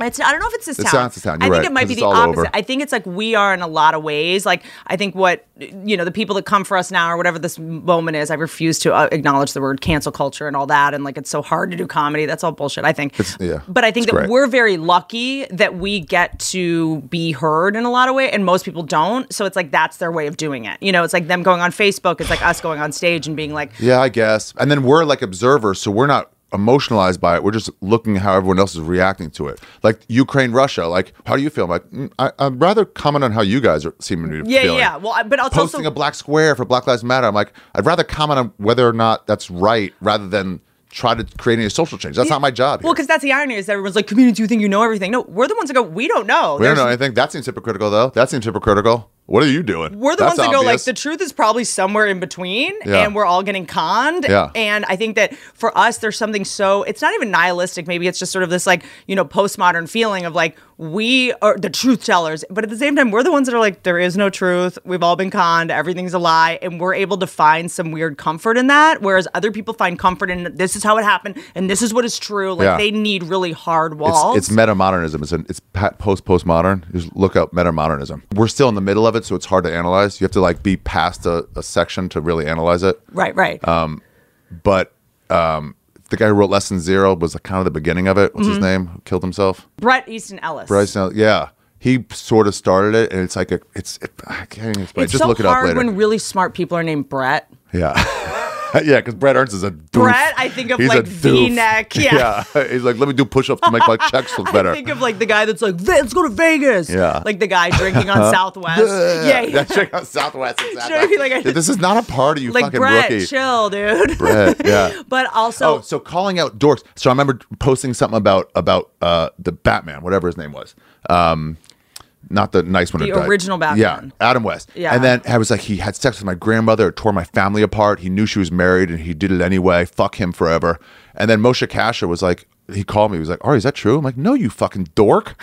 It's, I don't know if it's this
It's
town.
not this town,
I
you're
think
right,
it might
'cause
be
it's
the
all
opposite.
over.
I think it's like we are in a lot of ways. Like I think what you know, the people that come for us now or whatever this moment is. I refuse to uh, acknowledge the word cancel culture and all that. And like it's so hard to do comedy. That's all bullshit. I think.
yeah,
But I think
it's
that
great.
we're very lucky that we get to be heard in a lot of ways, and most people don't. So it's like that's their way of doing it. You know, it's like them going on Facebook. It's like us going on stage and being like,
Yeah, I guess. And then we're like observers, so we're not emotionalized by it. We're just looking at how everyone else is reacting to it. Like Ukraine, Russia. Like, how do you feel? I'm like, mm, I, I'd rather comment on how you guys are seeming to be
yeah,
feeling.
yeah. Well, I- but it's
Posting
also
a black square for Black Lives Matter. I'm like, I'd rather comment on whether or not that's right rather than try to create any social change. That's not my job. Here.
Well, because that's the irony is everyone's like, comedians, you think you know everything. No, we're the ones that go, we don't know.
we don't know
There's-
anything. That seems hypocritical, though. That seems hypocritical. What are you doing?
We're the
That's
ones that go, like,
obvious.
the truth is probably somewhere in between,
Yeah.
and we're all getting conned.
Yeah.
And I think that for us, there's something so, it's not even nihilistic. Maybe it's just sort of this, like, you know, postmodern feeling of, like, we are the truth tellers. But at the same time, we're the ones that are like, there is no truth. We've all been conned. Everything's a lie. And we're able to find some weird comfort in that. Whereas other people find comfort in this is how it happened, and this is what is true. Like,
Yeah.
they need really hard walls.
It's, it's meta modernism. It's, an, it's post postmodern. Just look up meta modernism. We're still in the middle of it, so it's hard to analyze. You have to like be past a, a section to really analyze it.
Right, right.
But um, the guy who wrote Lesson Zero was like kind of the beginning of it. What's his name?
Mm-hmm.
Who killed himself?
Brett Easton Ellis.
Bryce. Now, yeah, he sort of started it, and it's like a, it's, it, I can't even explain. it.
It's
Just
so
look it up
hard
later.
when really smart people are named Brett.
yeah, yeah, because Brett Ernst is a doof.
Brett, I think of
He's a
like
doof.
V-neck. Yeah.
yeah, he's like, let me do push-ups to make my checks look better.
I think of like the guy that's like, let's go to Vegas.
Yeah.
Like the guy drinking on Southwest. yeah.
that check out Southwest. Exactly.
Sure, like I-
this is not a party, you
like
fucking
Brett,
rookie.
chill, dude.
Brett, yeah.
but also,
oh, so calling out dorks. So I remember posting something about about uh, the Batman, whatever his name was. Um, not the nice one.
The
who died.
original Batman.
Yeah, Adam West.
Yeah.
And then I was like, he had sex with my grandmother, it tore my family apart. He knew she was married, and he did it anyway. Fuck him forever. And then Moshe Kasher was like, he called me. He was like, Ari, is that true? I'm like, no, you fucking dork.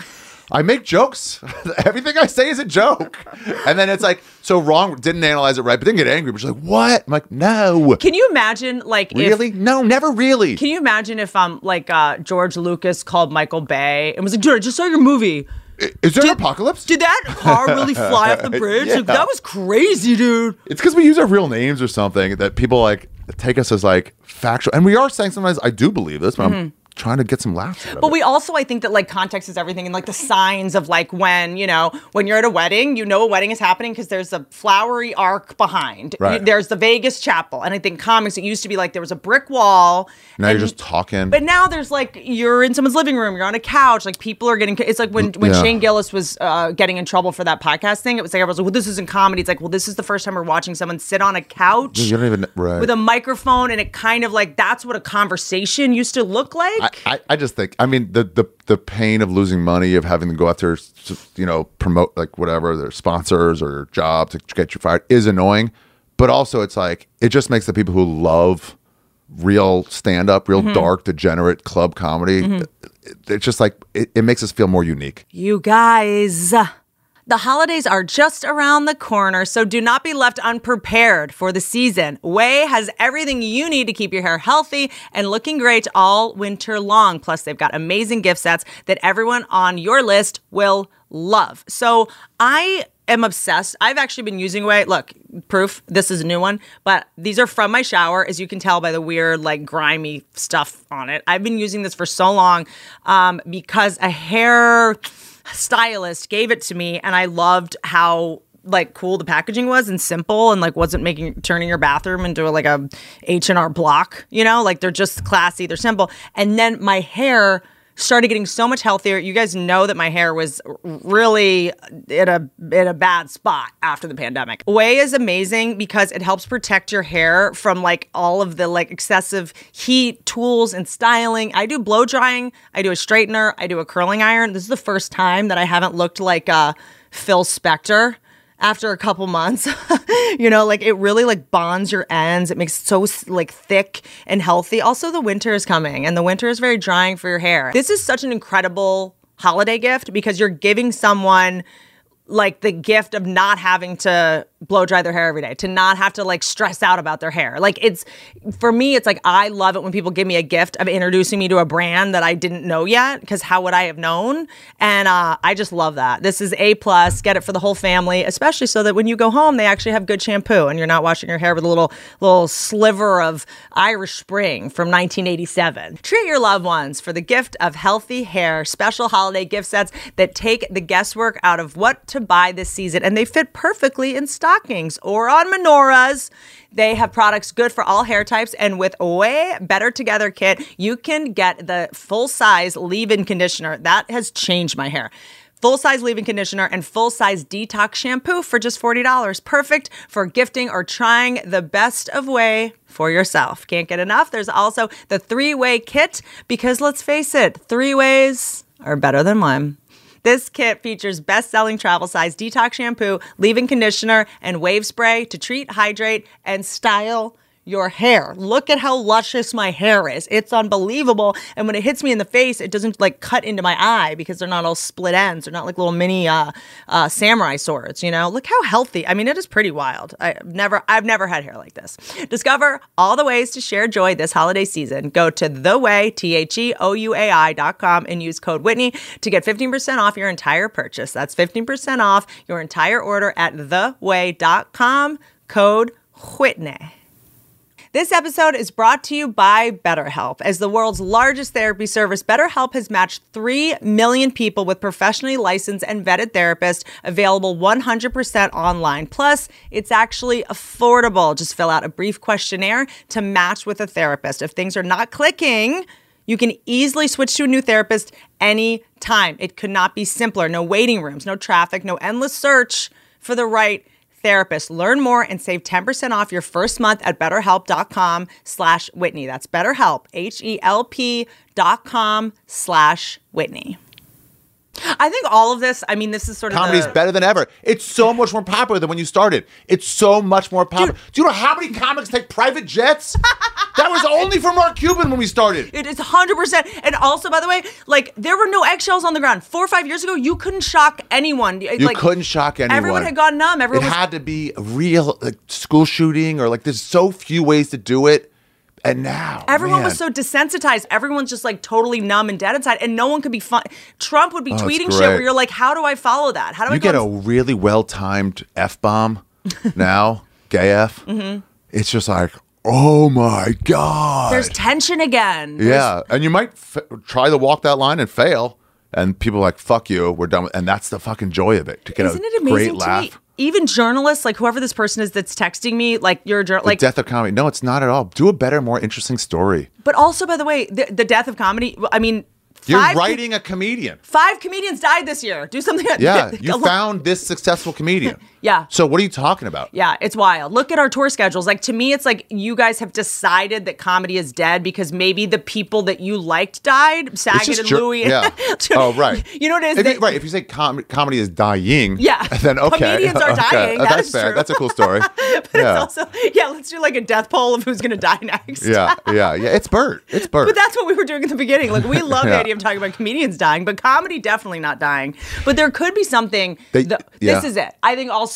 I make jokes. Everything I say is a joke. And then it's like, so wrong. Didn't analyze it right, but didn't get angry. But she's like, what? I'm like, no.
can you imagine like if
really? no, never really.
Can you imagine if um like uh George Lucas called Michael Bay and was like, George, I just saw your movie.
Is there
Did-
an apocalypse?
Did that car really fly off the bridge? Like,
Yeah.
that was crazy, dude.
it's because we use our real names or something that people like take us as like factual. And we are saying sometimes I do believe this, but I'm trying to get some laughs. Out of
Mm-hmm. But
it.
we also, I think that like context is everything, and like the signs of like when you know when you're at a wedding, you know a wedding is happening because there's a flowery arc behind.
Right.
You- there's the Vegas Chapel, and I think comics it used to be like there was a brick wall.
now
and-
you're just talking.
But now there's like you're in someone's living room, you're on a couch, like people are getting. It's like when when
Mm, yeah.
Shane Gillis was uh, getting in trouble for that podcast thing. It was like I was like, well, this isn't comedy. It's like, well, this is the first time we're watching someone sit on a couch
you don't even right.
with a microphone, and it kind of like that's what a conversation used to look like.
I, I, I just think I mean the, the the pain of losing money of having to go out there you know promote like whatever their sponsors or job to get you fired is annoying but also it's like it just makes the people who love real stand up real dark degenerate club comedy it- it's just like it, it makes us feel more unique
You guys, the holidays are just around the corner, so do not be left unprepared for the season. Way has everything you need to keep your hair healthy and looking great all winter long. Plus, they've got amazing gift sets that everyone on your list will love. So, I am obsessed. I've actually been using away. Look, proof. This is a new one, but these are from my shower, as you can tell by the weird, like grimy stuff on it. I've been using this for so long um, because a hair stylist gave it to me, and I loved how like cool the packaging was and simple and like wasn't making turning your bathroom into like a H&R block, you know? Like they're just classy, they're simple. And then my hair started getting so much healthier. You guys know that my hair was r- really in a in a bad spot after the pandemic. Way is amazing because it helps protect your hair from like all of the like excessive heat, tools and styling. I do blow drying, I do a straightener, I do a curling iron. This is the first time that I haven't looked like uh Phil Spector after a couple months you know like it really like bonds your ends it makes it so like thick and healthy also the winter is coming and the winter is very drying for your hair this is such an incredible holiday gift because you're giving someone like the gift of not having to blow dry their hair every day, to not have to like stress out about their hair. Like it's for me, it's like I love it when people give me a gift of introducing me to a brand that I didn't know yet, because how would I have known? And uh, I just love that. This is a plus. Get it for the whole family, especially so that when you go home, they actually have good shampoo and you're not washing your hair with a little little sliver of Irish Spring from 1987. Treat your loved ones for the gift of healthy hair. Special holiday gift sets that take the guesswork out of what to buy this season, and they fit perfectly in stockings or on menorahs. They have products good for all hair types, and with Way Better Together kit, you can get the full size leave in conditioner. That has changed my hair. Full size leave in conditioner and full size detox shampoo for just $40. Perfect for gifting or trying the best of way for yourself. Can't get enough. There's also the three way kit because let's face it, three ways are better than one. This kit features best selling travel size detox shampoo, leave in conditioner, and wave spray to treat, hydrate, and style your hair. Look at how luscious my hair is. It's unbelievable. And when it hits me in the face, it doesn't like cut into my eye because they're not all split ends. They're not like little mini uh, uh, samurai swords. You know, look how healthy. I mean, it is pretty wild. I've never, I've never had hair like this. Discover all the ways to share joy this holiday season. Go to the way t h e o u a i dot com and use code Whitney to get fifteen percent off your entire purchase. That's fifteen percent off your entire order at theway.com. Code Whitney. This episode is brought to you by BetterHelp. As the world's largest therapy service, BetterHelp has matched 3 million people with professionally licensed and vetted therapists available 100% online. Plus, it's actually affordable. Just fill out a brief questionnaire to match with a therapist. If things are not clicking, you can easily switch to a new therapist anytime. It could not be simpler. No waiting rooms, no traffic, no endless search for the right therapist. Learn more and save 10% off your first month at betterhelp.com slash Whitney. That's betterhelp, H-E-L-P dot com slash Whitney. I think all of this, I mean, this is sort of
Comedy's
the-
better than ever. It's so much more popular than when you started. It's so much more popular. Do you know how many comics take private jets? that was only for Mark Cuban when we started.
It is 100%. And also, by the way, like, there were no eggshells on the ground. Four or five years ago, you couldn't shock anyone.
You couldn't shock anyone.
Everyone had gone numb. Everyone
it
was
had to be a real like, school shooting or like there's so few ways to do it. And now
Everyone
man.
was so desensitized. Everyone's just like totally numb and dead inside, and no one could be fun. Trump would be
it's
tweeting shit where
Oh, great.
you're like, "How do I follow that? How do I
You
go
get a
on-
really well timed f bomb now, gay f.
Mm-hmm.
It's just like, oh my god.
There's tension again.
Yeah, and you might f- try to walk that line and fail, and people are like fuck you, we're done. With-. And that's the fucking joy of it to get
Isn't
a
it
great
amazing to
laugh.
me? Even journalists, like whoever this person is that's texting me, like you're a jour-
Like
like.
death of comedy. No, it's not at all. Do a better, more interesting story.
but also, by the way, the, the death of comedy. I mean,
You're
five com-
writing a comedian.
five comedians died this year. Do something.
Yeah,
A
you
lo-
found this successful comedian.
Yeah.
So what are you talking about?
Yeah, it's wild. Look at our tour schedules. Like to me, it's like you guys have decided that comedy is dead because maybe the people that you liked died. Saget and
jer-
Louis.
Yeah. oh, right.
You know what it is?
If you-
They-
right. If you say com- comedy is dying,
Yeah.
then okay.
Comedians are
Okay,
dying, that
That's
is
fair.
true.
That's a cool story.
But
yeah.
it's also yeah. Let's do like a death poll of who's gonna die next.
yeah. Yeah. Yeah. It's Bert. It's Bert.
But that's what we were doing at the beginning. Like we love the
Yeah.
idea of talking about comedians dying, but comedy definitely not dying. But there could be something.
They-
the-
yeah.
This is it. I think also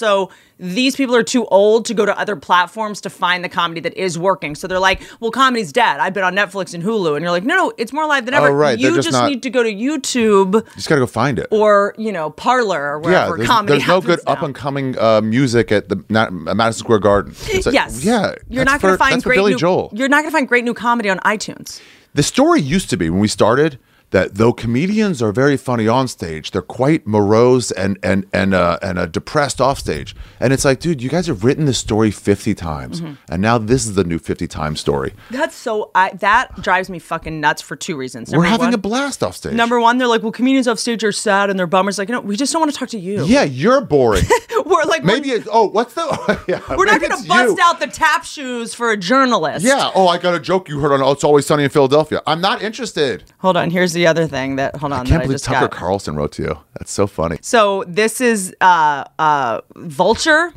these people are too old to go to other platforms to find the comedy that is working. So they're like, "Well, comedy's dead. I've been on Netflix and Hulu," and you're like, "No, no, it's more alive than ever.
Oh, right. They're
You
just
just,
not-
need to go to YouTube
you just got to go find it.
or you know Parlor or
yeah,
wherever
there's,
comedy.
there's no good
happens now.
up and coming uh, music at the not, Madison Square Garden. It's like,
Yes.
yeah.
You're
that's
not going
for-
to find
that's for
great
Billy
new,
Joel.
You're not going to find great new comedy on iTunes.
The story used to be when we started that though comedians are very funny on stage, they're quite morose and and and uh, and uh, depressed off stage. And it's like, dude, you guys have written this story fifty times,
Mm-hmm.
and now this is the new fifty times story.
That's so. I, that drives me fucking nuts for two reasons.
We're
Number
having
one,
a blast off stage.
Number one, they're like, well, comedians off stage are sad and they're bummers. Like, no, we just don't want to talk to you.
yeah, you're boring.
we're like,
maybe
we're,
it's oh, what's the? yeah,
we're not
maybe
going to
it's
bust
you.
out the tap shoes for a journalist.
Yeah. Oh, I got a joke you heard on It's Always Sunny in Philadelphia. I'm not interested.
Hold on. Here's the other thing that. Hold on.
I can't
that I
believe
just
Tucker
got.
Carlson wrote to you. That's so funny.
So this is uh uh Vulture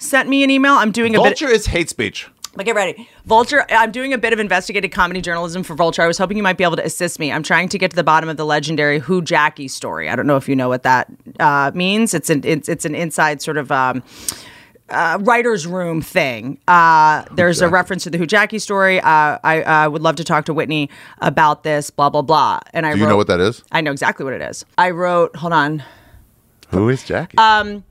sent me an email. I'm doing a bit.
Vulture is hate speech.
But get ready. Vulture, I'm doing a bit of investigative comedy journalism for Vulture. I was hoping you might be able to assist me. I'm trying to get to the bottom of the legendary Who Jackie story. I don't know if you know what that uh, means. It's an it's, it's an inside sort of um, uh, writer's room thing. Uh, there's a reference to the Who Jackie story. Uh, I uh, would love to talk to Whitney about this, blah, blah, blah. And I
Do you
wrote,
know what that is?
I know exactly what it is. I wrote, hold on.
Who is Jackie? Um.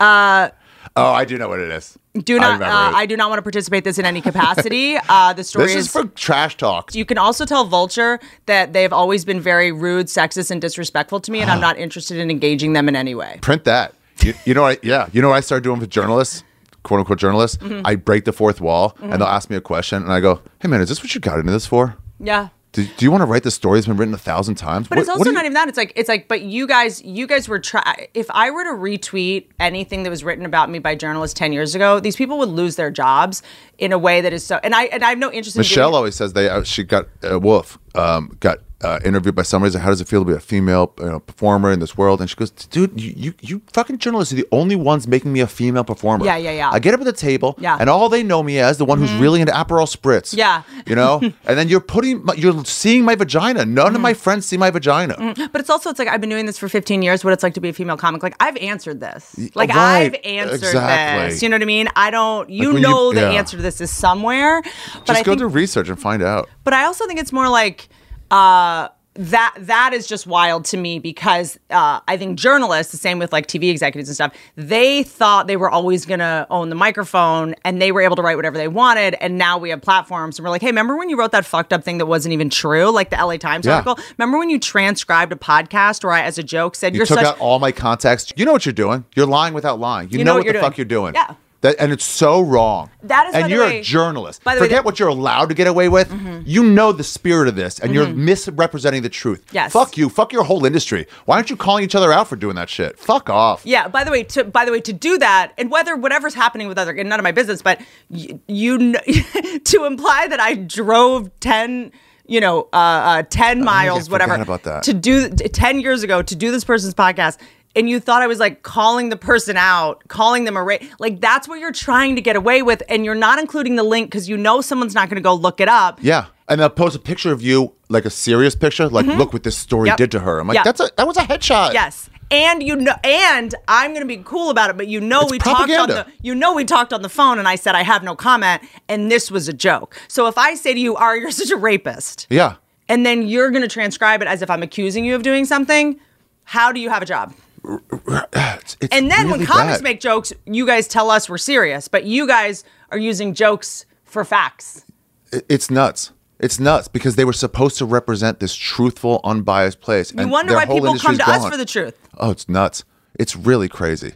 Uh. Oh, I do know what it is.
Do
I
not,
remember
uh,
it.
I do not want to participate this in any capacity. uh, the story
This is for trash talk.
You can also tell Vulture that they've always been very rude, sexist, and disrespectful to me, and I'm not interested in engaging them in any way.
Print that. You, you know what? I, yeah. You know what I started doing with journalists, quote unquote journalists.
Mm-hmm.
I break the fourth wall, and they'll ask me a question, and I go, "Hey man, is this what you got into this for?
Yeah.
Do, do you want to write the story that's been written a thousand times?
But it's also not even that. It's like it's like, but you guys, you guys were try. If I were to retweet anything that was written about me by journalists ten years ago, these people would lose their jobs in a way that is so. And I and I have no interest. in
Michelle
doing it.
always says they uh, she got uh, Wolf um, got uh, interviewed by somebody. How does it feel to be a female you know, performer in this world? And she goes, "Dude, you, you you fucking journalists are the only ones making me a female performer.
Yeah, yeah, yeah.
I get up at the table,
Yeah. Mm-hmm.
and all they know me as the one who's really into Aperol spritz.
Yeah.
you know. and then you're putting my, you're seeing my vagina. None of my friends see my vagina.
Mm. But it's also it's like I've been doing this for 15 years. What it's like to be a female comic? Like I've answered this. Like
right.
I've answered
Exactly.
this. You know what I mean? I don't. You
when you-
know the
yeah.
answer to this is somewhere. But
Just
I
go
think
do research and find out.
But I also think it's more like uh that that is just wild to me because uh, I think journalists, the same with like TV executives and stuff, they thought they were always gonna own the microphone and they were able to write whatever they wanted. And now we have platforms and we're like, hey, remember when you wrote that fucked up thing that wasn't even true, like the LA Times
Yeah.
article? Remember when you transcribed a podcast where I, as a joke, said
You
are
took
such
out all my context. You know what you're doing. You're lying without lying. You, know, what, the fuck you're doing.
Yeah.
That, and it's so wrong.
That is, by
and
the
you're
way-
a journalist.
by the Mm-hmm. way,
Forget
that-
what you're allowed to get away with. You know the spirit of this, and you're misrepresenting the truth.
Mm-hmm. Yes.
Fuck you. Fuck your whole industry. Why aren't you calling each other out for doing that shit? Fuck off.
Yeah. By the way, to by the way, to do that, and whether whatever's happening with other, and none of my business, but you, you kn- to imply that I drove ten, you know, uh, uh ten miles,
forgot
whatever,
about that.
to do t- ten years ago to do this person's podcast. And you thought I was like calling the person out, calling them a ra- like that's what you're trying to get away with, and you're not including the link because you know someone's not going to go look it up.
Yeah. And they'll post a picture of you, like a serious picture, like look what this story
Mm-hmm. Yep.
did to her. I'm like,
Yeah.
that's a that was a headshot.
Yes. And you know, and I'm gonna be cool about it, but you know
It's
we
propaganda.
talked on the you know we talked on the phone, and I said I have no comment, and this was a joke. So if I say to you, "Ari, you're such a rapist,"
Yeah.
and then you're gonna transcribe it as if I'm accusing you of doing something, how do you have a job?
It's, it's
And then
really
when comics
bad.
make jokes, you guys tell us we're serious, but you guys are using jokes for facts.
It- it's nuts. It's nuts because they were supposed to represent this truthful, unbiased place.
You wonder why people come to us for the truth.
Oh, it's nuts. It's really crazy.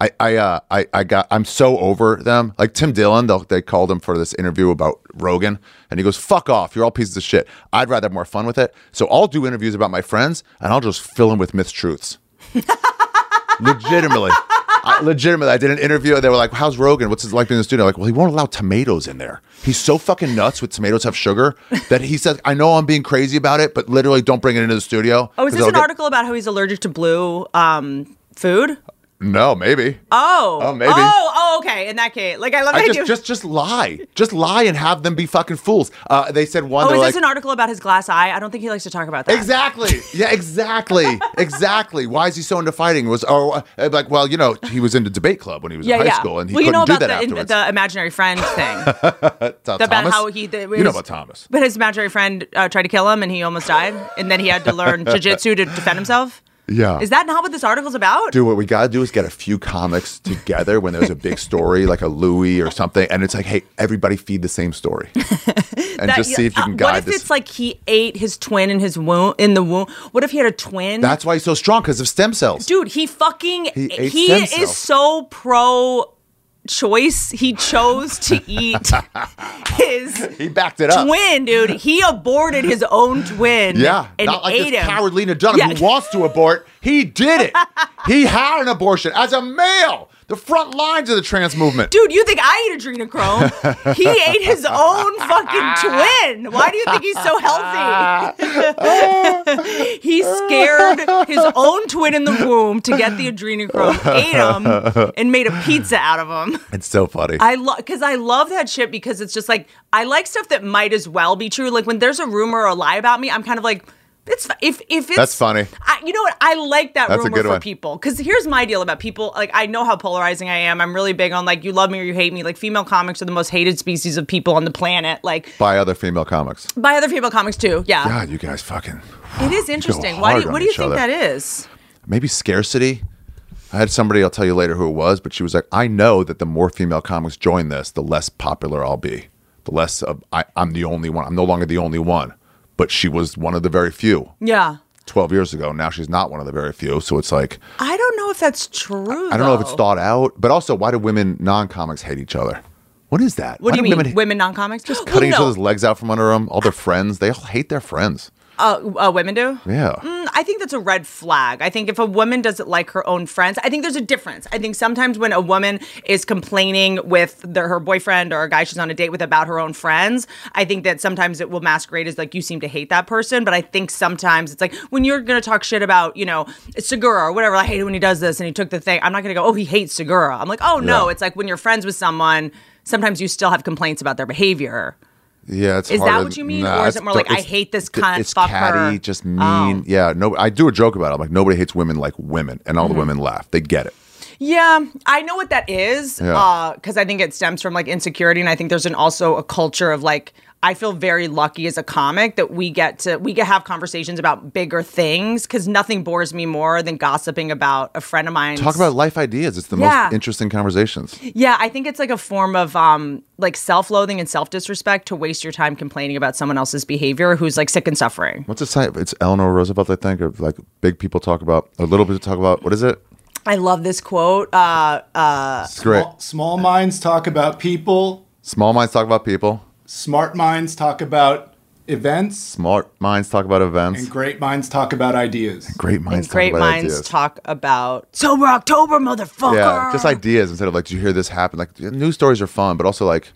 I I uh, I I got I'm so over them. Like Tim Dillon, they they called him for this interview about Rogan, and he goes, "Fuck off! You're all pieces of shit. I'd rather have more fun with it. So I'll do interviews about my friends, and I'll just fill them with mistruths." legitimately, I, legitimately, I did an interview, and they were like, "How's Rogan? What's it like being in the studio?" I'm like, well, he won't allow tomatoes in there. He's so fucking nuts with tomatoes have sugar that he says, "I know I'm being crazy about it, but literally, don't bring it into the studio."
Oh, is
'cause
this
I'll
an
get-"
article about how he's allergic to blue um, food?
No, maybe.
Oh,
Oh, maybe.
Oh, oh, okay. In that case, like I love the
I
idea.
just, just just lie, just lie, and have them be fucking fools. Uh, they said one.
Oh,
they're
is
like,
this an article about his glass eye? I don't think he likes to talk about that.
Exactly. Yeah, exactly. exactly. Why is he so into fighting? Was or uh, like, well, you know, he was into debate club when he was
Yeah,
in high
yeah.
school, and he
well, you
couldn't
know
do
about
that
the,
afterwards.
the imaginary friend thing
Uh,
about
Thomas?
how he. The,
you know about Thomas?
But his imaginary friend uh, tried to kill him, and he almost died, and then he had to learn jujitsu to defend himself.
Yeah.
Is that not what this article's about?
do what we gotta do is get a few comics together when there's a big story like a Louis or something, and it's like, hey, everybody feed the same story, and
That-
just see if you
uh,
can
what
guide
if
this.
it's like he ate his twin in his womb in the womb? What if he had a twin?
That's why he's so strong because of stem cells.
Dude, he fucking
He
he,
ate stem
is
cells.
so pro choice. He chose to eat his
he backed it up.
twin, dude. He aborted his own twin.
Yeah,
and
not like
ate
this
him.
cowardly Dunham
Yeah.
who wants to abort. He did it. he had an abortion as a male. The front lines of the trans movement.
Dude, you think I ate adrenochrome? he ate his own fucking twin. Why do you think he's so healthy? he scared his own twin in the womb to get the adrenochrome, ate him, and made a pizza out of him.
It's so funny.
I love because I love that shit because it's just like I like stuff that might as well be true. Like when there's a rumor or a lie about me, I'm kind of like, it's f- if if it's
That's funny.
I, you know what? I like that
That's a
rumor
good
for
one.
people because here's my deal about people. Like I know how polarizing I am. I'm really big on like you love me or you hate me. Like female comics are the most hated species of people on the planet. Like
By other female comics.
by other female comics too. Yeah,
God, you guys fucking.
it is interesting. Why?
hard
Do,
on
what do you
each
think
other.
that is?
Maybe scarcity. I had somebody. I'll tell you later who it was, but she was like, "I know that the more female comics join this, the less popular I'll be. The less of, I, I'm the only one. I'm no longer the only one." But she was one of the very few.
Yeah,
12 years ago. Now she's not one of the very few. So it's like,
I don't know if that's true.
I don't know if it's
though.
thought out, but also why do women non comics hate each other? What is that?
What do
Why
you mean,
Women
women, non-comics? Just
cutting each other's legs out from under them. All their friends, they all hate their friends.
Uh, uh, women do.
Yeah,
Mm, I think that's a red flag. I think if a woman doesn't like her own friends, I think there's a difference. I think sometimes when a woman is complaining with their, her boyfriend or a guy she's on a date with about her own friends, I think that sometimes it will masquerade as like you seem to hate that person. But I think sometimes it's like when you're gonna talk shit about you know Segura or whatever. I hate it when he does this and he took the thing. I'm not gonna go, oh, he hates Segura. I'm like, oh no.
Yeah.
It's like when you're friends with someone, sometimes you still have complaints about their behavior.
yeah. It's
Is that
harder-
what you mean?
Nah,
Or is
it's
it more
d-
like, I
it's-
hate this
d-
cunt,
It's
fuck
catty,
her? Oh.
just mean. Yeah, no. I do a joke about it. I'm like, nobody hates women like women, and all
Mm-hmm.
the women laugh. They get it.
Yeah, I know what that is uh,
Yeah.
because I think it stems from like insecurity, and I think there's an also a culture of like I feel very lucky as a comic that we get to we get have conversations about bigger things because nothing bores me more than gossiping about a friend of mine.
Talk about life ideas. It's the
Yeah.
most interesting conversations.
Yeah, I think it's like a form of um like self-loathing and self-disrespect to waste your time complaining about someone else's behavior who's like sick and suffering.
What's the site? It's Eleanor Roosevelt, I think, or like big people talk about, or little people talk about. What is it?
I love this quote. Uh
It's great.
Small, small minds talk about people.
Small minds talk about people.
Smart minds talk about events.
Smart minds talk about events.
And great minds talk about ideas.
great
and
minds talk
great
about
minds
ideas.
talk about sober October, motherfucker.
yeah, just ideas instead of like, did you hear this happen? Like, news stories are fun, but also like,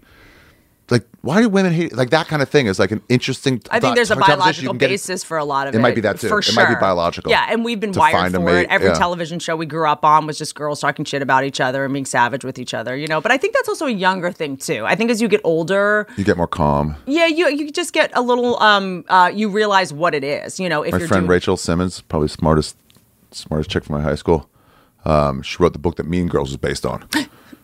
like why do women hate? Like that kind of thing is like an interesting.
I think
thought-
there's a
conversation you
biological
can get-
basis for a lot of it.
It might be that too.
For
It
sure.
might be biological
Yeah, and we've been
to
wired
find a
for
mate,
it. Every
yeah.
television show we grew up on was just girls talking shit about each other and being savage with each other, you know. But I think that's also a younger thing too. I think as you get older,
You get more calm.
yeah, you you just get a little um uh you realize what it is, you know, if
My
you're
friend
doing
Rachel Simmons, probably smartest, smartest chick from my high school. Um, she wrote the book that Mean Girls was based on.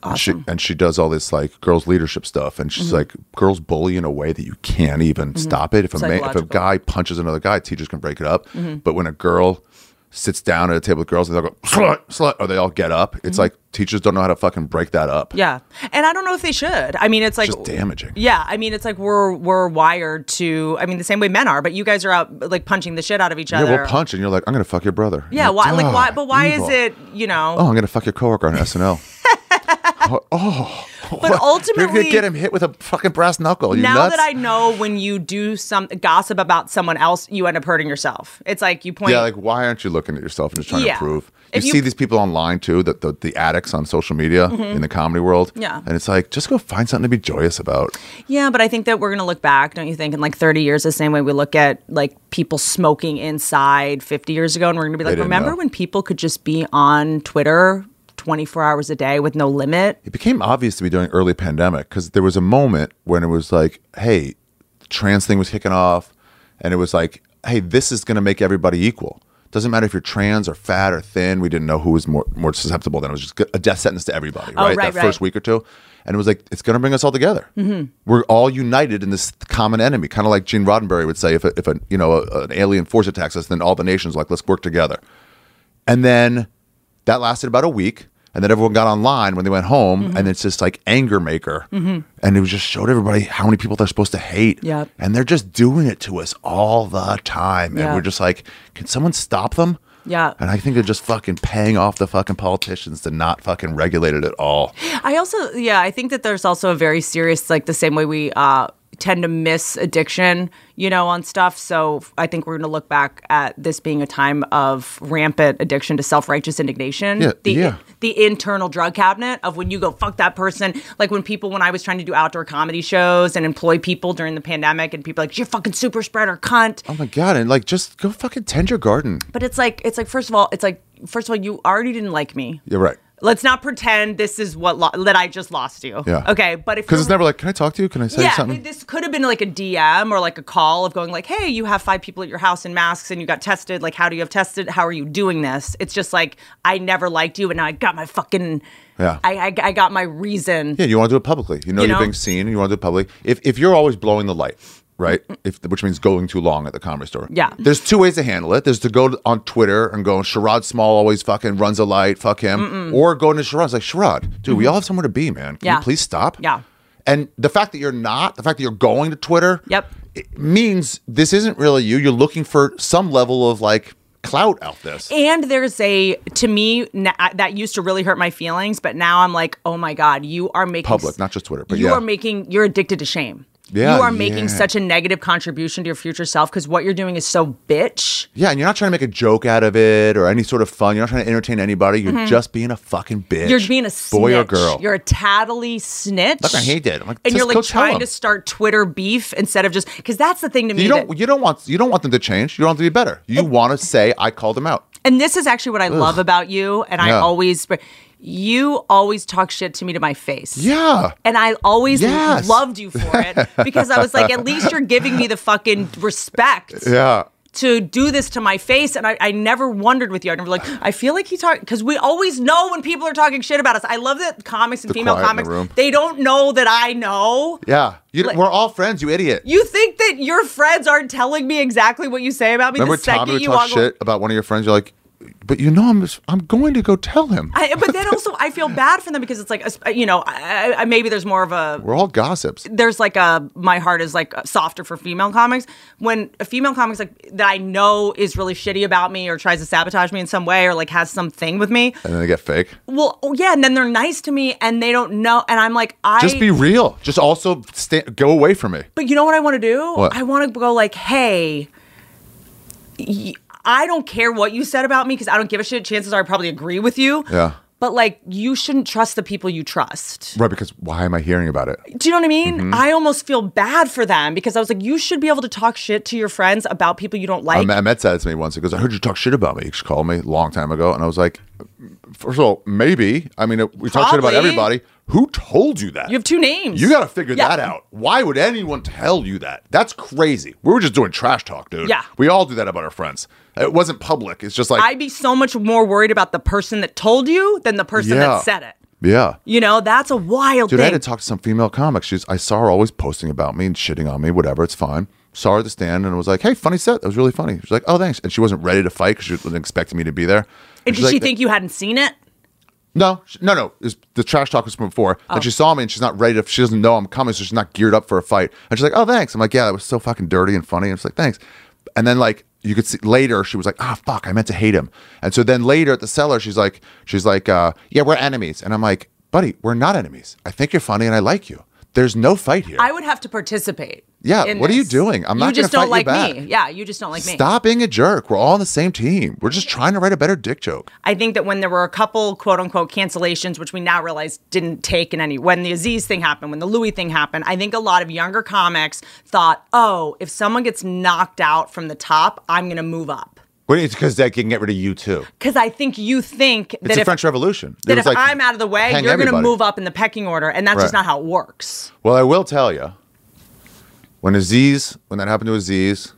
And she and she does all this like girls leadership stuff, and
Mm-hmm.
she's like, girls bully in a way that you can't even stop it. If a man, if a
Psychological. Mm-hmm.
guy punches another guy, teachers can break it up. But when a girl sits down at a table with girls and they'll go slut slut, or they all get up, it's like teachers don't know how to fucking break that up.
Mm-hmm. Yeah. And I don't know if they should. I mean, it's like
just damaging.
Yeah, I mean, it's like we're we're wired to. I mean, the same way men are, but you guys are out like punching the shit out of each
Yeah,
other.
we'll punch, and you're like, I'm gonna fuck your brother. And
Yeah,
you're
why? Like why?
"Ah,
But why
evil."
is it? You know.
oh, I'm gonna fuck your coworker on SNL. oh,
but
you're
ultimately,
gonna get him hit with a fucking brass knuckle. You
now
nuts?
that I know, when you do some gossip about someone else, you end up hurting yourself. It's like you point.
yeah, like why aren't you looking at yourself and just trying
Yeah.
to prove? You,
If you- Mm-hmm.
see these people online too, that the, the addicts on social media in the comedy world.
Yeah.
and it's like just go find something to be joyous about.
Yeah, but I think that we're gonna look back, don't you think, in like 30 years, the same way we look at like people smoking inside 50 years ago, and we're gonna be like,
didn't
remember
know.
when people could just be on Twitter 24 hours a day with no limit?
It became obvious to me during early pandemic because there was a moment when it was like, hey, the trans thing was kicking off, and it was like, hey, this is gonna make everybody equal. Doesn't matter if you're trans or fat or thin. We didn't know who was more more susceptible. Then it was just a death sentence to everybody,
Oh,
right?
right,
that first
right.
week or two, and it was like it's gonna bring us all together. Mm-hmm. We're all united in this common enemy, kind of like Gene Roddenberry would say, if a, if a you know a, an alien force attacks us, then all the nations are like let's work together. And then that lasted about a week. And then everyone got online when they went home,
Mm-hmm.
and it's just like anger maker. And it was just showed everybody how many people they're supposed to hate.
Yep.
And they're just doing it to us all the time. And
Yeah.
we're just like, can someone stop them?
Yeah.
And I think they're just fucking paying off the fucking politicians to not fucking regulate it at all.
I also, yeah, I think that there's also a very serious, like the same way we uh, tend to miss addiction, you know, on stuff. So I think we're going to look back at this being a time of rampant addiction to self righteous indignation.
Yeah,
the,
yeah.
The internal drug cabinet of when you go, fuck that person. Like when people, when I was trying to do outdoor comedy shows and employ people during the pandemic, and people like, you're fucking super spreader cunt.
Oh my God. And like, just go fucking tend your garden.
But it's like, it's like, first of all, it's like, first of all, you already didn't like me.
You're right.
Let's not pretend this is what lo- that I just lost you.
Yeah.
Okay, but if
Because
you're-
it's never like, can I talk to you? Can I say
yeah,
something?
this could have been like a DM or like a call of going like, "Hey, you have five people at your house in masks and you got tested. Like, how do you have tested? How are you doing this?" It's just like I never liked you, and now I got my fucking
Yeah.
I I, I got my reason.
Yeah, you want to do it publicly. You know,
You
you are
know?
being seen. You want to do it publicly. If if you're always blowing the light, right? If which means going too long at the comedy store.
Yeah.
There's two ways to handle it. There's to go to- on Twitter and go, Sherrod Small always fucking runs a light. Fuck him. Or go into Sherrod's like Sherrod, dude. We all have somewhere to be, man. Can
Mm-hmm. Yeah.
you please stop.
Yeah.
And the fact that you're not, the fact that you're going to Twitter,
Yep.
it means this isn't really you. You're looking for some level of like clout out this.
And there's a to me na- that used to really hurt my feelings, but now I'm like, oh my god, you are making
Public, not just Twitter, but
you
yeah.
are making you're addicted to shame.
Yeah,
you are making
yeah.
such a negative contribution to your future self because what you're doing is so bitch.
Yeah, and you're not trying to make a joke out of it or any sort of fun. You're not trying to entertain anybody. You're just being a fucking bitch.
Mm-hmm. You're being a
boy or
snitch.
girl.
You're a tattly snitch.
Look, I hate it. I'm like,
and
just
you're
go
like
tell
trying
them.
to start Twitter beef instead of just because that's the thing to me.
you
that-
don't. You don't want. You don't want them to change. You don't want them to be better. You want to say, "I called them out."
and this is actually what I love about you. And I
Yeah.
always, you always talk shit to me to my face.
Yeah.
And I always
Yes.
loved you for it because I was like, at least you're giving me the fucking respect
Yeah.
to do this to my face. And I, I never wondered with you. I never like, I feel like he talked because we always know when people are talking shit about us. I love that comics and
The
female
quiet in the
comics,
room.
they don't know that I know.
Yeah, you,
Like-
we're all friends, you idiot.
You think that your friends aren't telling me exactly what you say about me
Remember
the second
Tommy would
you
talk
walk away?
shit about one of your friends? You're like, but you know, I'm I'm going to go tell him.
I, but then also I feel bad for them because it's like uh, you know I, I, maybe there's more of a
we're all gossips.
there's like a my heart is like softer for female comics when a female comic's like that I know is really shitty about me or tries to sabotage me in some way or like has something with me.
And then they get fake.
Well, oh, yeah, and then they're nice to me and they don't know, and I'm like I
Just be real. Just also stay, go away from me.
But you know what I want to do?
What?
I want to go like, hey, y- I don't care what you said about me because I don't give a shit. Chances are I probably agree with you.
Yeah.
But like, you shouldn't trust the people you trust.
Right, because why am I hearing about it?
Do you know what I mean?
Mm-hmm.
I almost feel bad for them because I was like, you should be able to talk shit to your friends about people you don't
I
like.
met, Met said it to me once. He goes, I heard you talk shit about me. He just called me a long time ago. And I was like, first of all, maybe. I mean, we talk shit about
Probably.
everybody. Who told you that?
you have two names.
You got to figure
Yeah.
that out. Why would anyone tell you that? That's crazy. We were just doing trash talk, dude.
Yeah.
We all do that about our friends. It wasn't public. It's just like,
I'd be so much more worried about the person that told you than the person
Yeah.
that said it.
yeah.
You know, that's a wild
Dude, I
thing.
had to talk to some female comics. She's, I saw her always posting about me and shitting on me, whatever. It's fine. Saw her at the stand and was like, hey, funny set. That was really funny. She's like, oh, thanks. And she wasn't ready to fight because she wasn't expecting me to be there.
and
she's
did she
like-
think you hadn't seen it?
No, sh- no, no. It's, the trash talk was from before.
Oh.
And she saw me and she's not ready to, she doesn't know I'm coming, so she's not geared up for a fight. And she's like, oh, thanks. I'm like, yeah, that was so fucking dirty and funny. And it's like, thanks. And then, like, you could see later, she was like, ah, fuck, I meant to hate him. And so then later at the cellar, she's like, she's like, uh, yeah, we're enemies. And I'm like, buddy, we're not enemies. I think you're funny and I like you. There's no fight here.
I would have to participate.
Yeah,
in
what are you
this.
doing? I'm not
You just
gonna
don't
fight
like
you
me.
back.
Yeah, you just don't like me.
Stop being a jerk. We're all on the same team. We're just trying to write a better dick joke.
I think that when there were a couple quote unquote cancellations, which we now realize didn't take in any, when the Aziz thing happened, when the Louis thing happened, I think a lot of younger comics thought, oh, if someone gets knocked out from the top, I'm going to move up.
Well, it's because that can get rid of you too.
Because I think you think that
It's the
if,
French Revolution. It
that
was
if
like,
I'm out of the way,
hang
you're going to
everybody.
move up in the pecking order. And that's just
Right.
not how it works.
Well, I will tell you, when Aziz, when that happened to Aziz,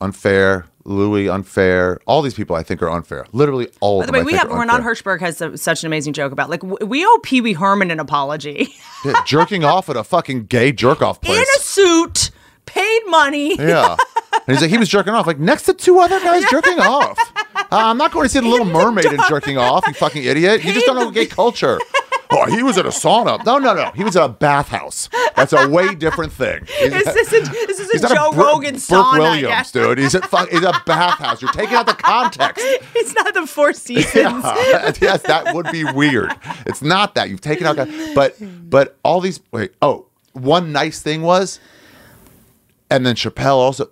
unfair, Louis, unfair, all these people I think are unfair. Literally all
By
of
the
them.
way,
I
we
think
have
are
Renan
unfair.
Hirschberg has a, such an amazing joke about like, w- we owe Pee Wee Herman an apology.
Yeah, jerking off at a fucking gay jerk off place.
in a suit, paid money.
yeah. And he's like, he was jerking off. Like, next to two other guys jerking off. Uh, I'm not going to see the Little Mermaid and jerking off, you fucking idiot. You just don't know gay culture. Oh, he was at a sauna. No, no, no. He was at a bathhouse. That's a way different thing. He's-
This isn't this isn't
He's not
Joe
a Bur-
Rogan
Burke
sauna.
Williams,
yeah.
dude. He's a fuck. He's a bathhouse. You're taking out the context.
It's not the Four Seasons.
yes, that would be weird. It's not that you've taken out, con- but but all these. Wait, oh, one nice thing was, and then Chappelle also,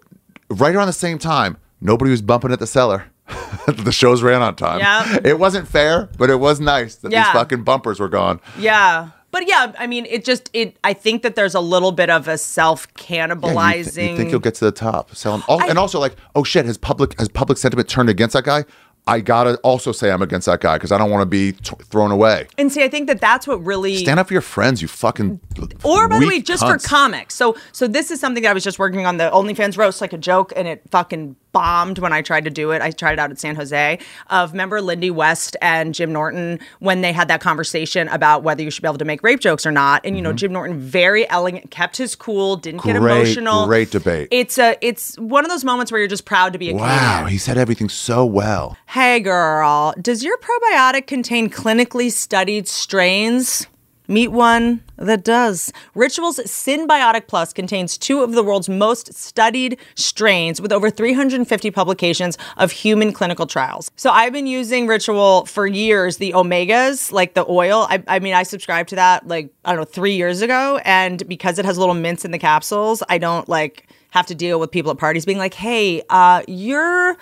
right around the same time, nobody was bumping at the cellar. the shows ran on time.
Yep.
It wasn't fair, but it was nice that
Yeah.
these fucking bumpers were gone.
Yeah. But yeah, I mean, it just it. I think that there's a little bit of a self
Yeah, you,
cannibalizing.
th- you think you'll get to the top? Sell him. Al- and also, like, oh shit, has public has public sentiment turned against that guy? I gotta also say I'm against that guy because I don't want to be t- thrown away.
and see, I think that that's what really
Stand up for your friends, you fucking.
or by the way,
weak
just
cunts.
for comics. So so this is something that I was just working on the OnlyFans roast like a joke, and it fucking bombed when I tried to do it. I tried it out at San Jose. Of remember Lindy West and Jim Norton when they had that conversation about whether you should be able to make rape jokes or not. And you know, Jim Norton very elegant, kept his cool, didn't get
Mm-hmm. Great,
emotional.
great debate.
It's a it's one of those moments where you're just proud to be a
Wow,
comedian.
he said everything so well.
Hey girl, does your probiotic contain clinically studied strains? Meet one that does. Rituals Synbiotic Plus contains two of the world's most studied strains with over 350 publications of human clinical trials. So I've been using Ritual for years, the omegas, like the oil. I, I mean, I subscribed to that like, I don't know, three years ago. And because it has little mints in the capsules, I don't like have to deal with people at parties being like, hey, uh, you're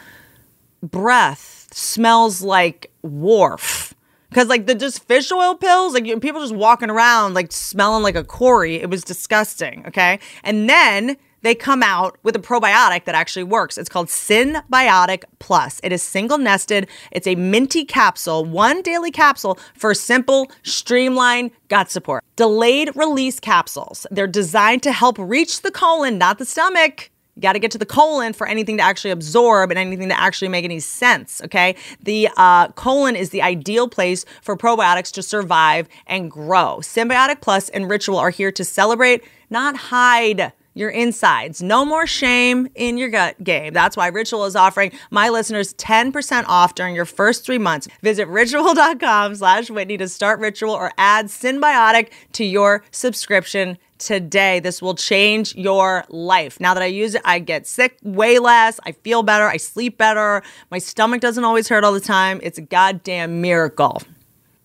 breath smells like wharf because like the just fish oil pills like you- people just walking around like smelling like a quarry it was disgusting okay and then they come out with a probiotic that actually works. It's called Synbiotic Plus. It is single nested. It's a minty capsule, one daily capsule for simple, streamlined gut support. Delayed release capsules. They're designed to help reach the colon, not the stomach. You got to get to the colon for anything to actually absorb and anything to actually make any sense. Okay. The uh, colon is the ideal place for probiotics to survive and grow. Symbiotic Plus and Ritual are here to celebrate, not hide your insides. No more shame in your gut game. That's why Ritual is offering my listeners 10% off during your first three months. Visit ritual.com slash Whitney to start Ritual or add Symbiotic to your subscription today. This will change your life. Now that I use it, I get sick way less. I feel better. I sleep better. My stomach doesn't always hurt all the time. It's a goddamn miracle.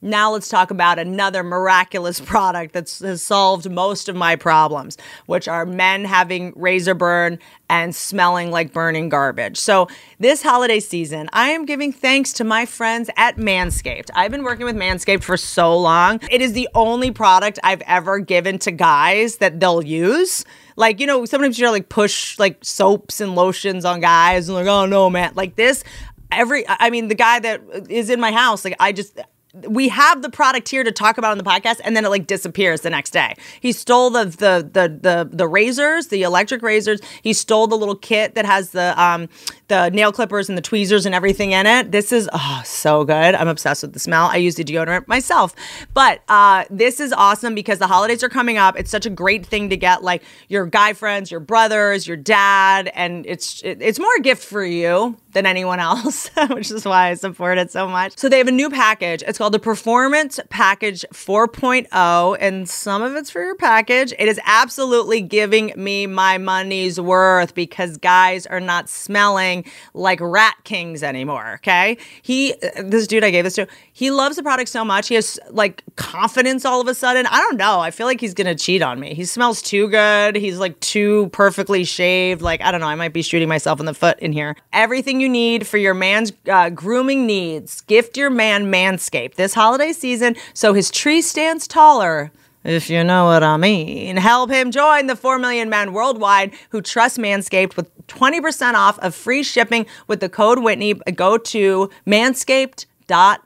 Now let's talk about another miraculous product that has solved most of my problems, which are men having razor burn and smelling like burning garbage. So, this holiday season, I am giving thanks to my friends at Manscaped. I've been working with Manscaped for so long. It is the only product I've ever given to guys that they'll use like you know sometimes you're like push like soaps and lotions on guys and like oh no man like this every i I mean the guy that is in my house like i just we have the product here to talk about on the podcast and then it like disappears the next day he stole the the the the, the razors the electric razors he stole the little kit that has the um the nail clippers and the tweezers and everything in it this is oh so good i'm obsessed with the smell i use the deodorant myself but uh this is awesome because the holidays are coming up it's such a great thing to get like your guy friends your brothers your dad and it's it- it's more a gift for you than anyone else which is why i support it so much so they have a new package it's called the performance package 4.0 and some of it's for your package it is absolutely giving me my money's worth because guys are not smelling like rat kings anymore okay he this dude i gave this to he loves the product so much he has like confidence all of a sudden i don't know i feel like he's gonna cheat on me he smells too good he's like too perfectly shaved like i don't know i might be shooting myself in the foot in here everything you need for your man's uh, grooming needs gift your man manscaped this holiday season so his tree stands taller if you know what I mean. Help him join the 4 million men worldwide who trust Manscaped with 20% off of free shipping with the code Whitney. Go to manscaped.com.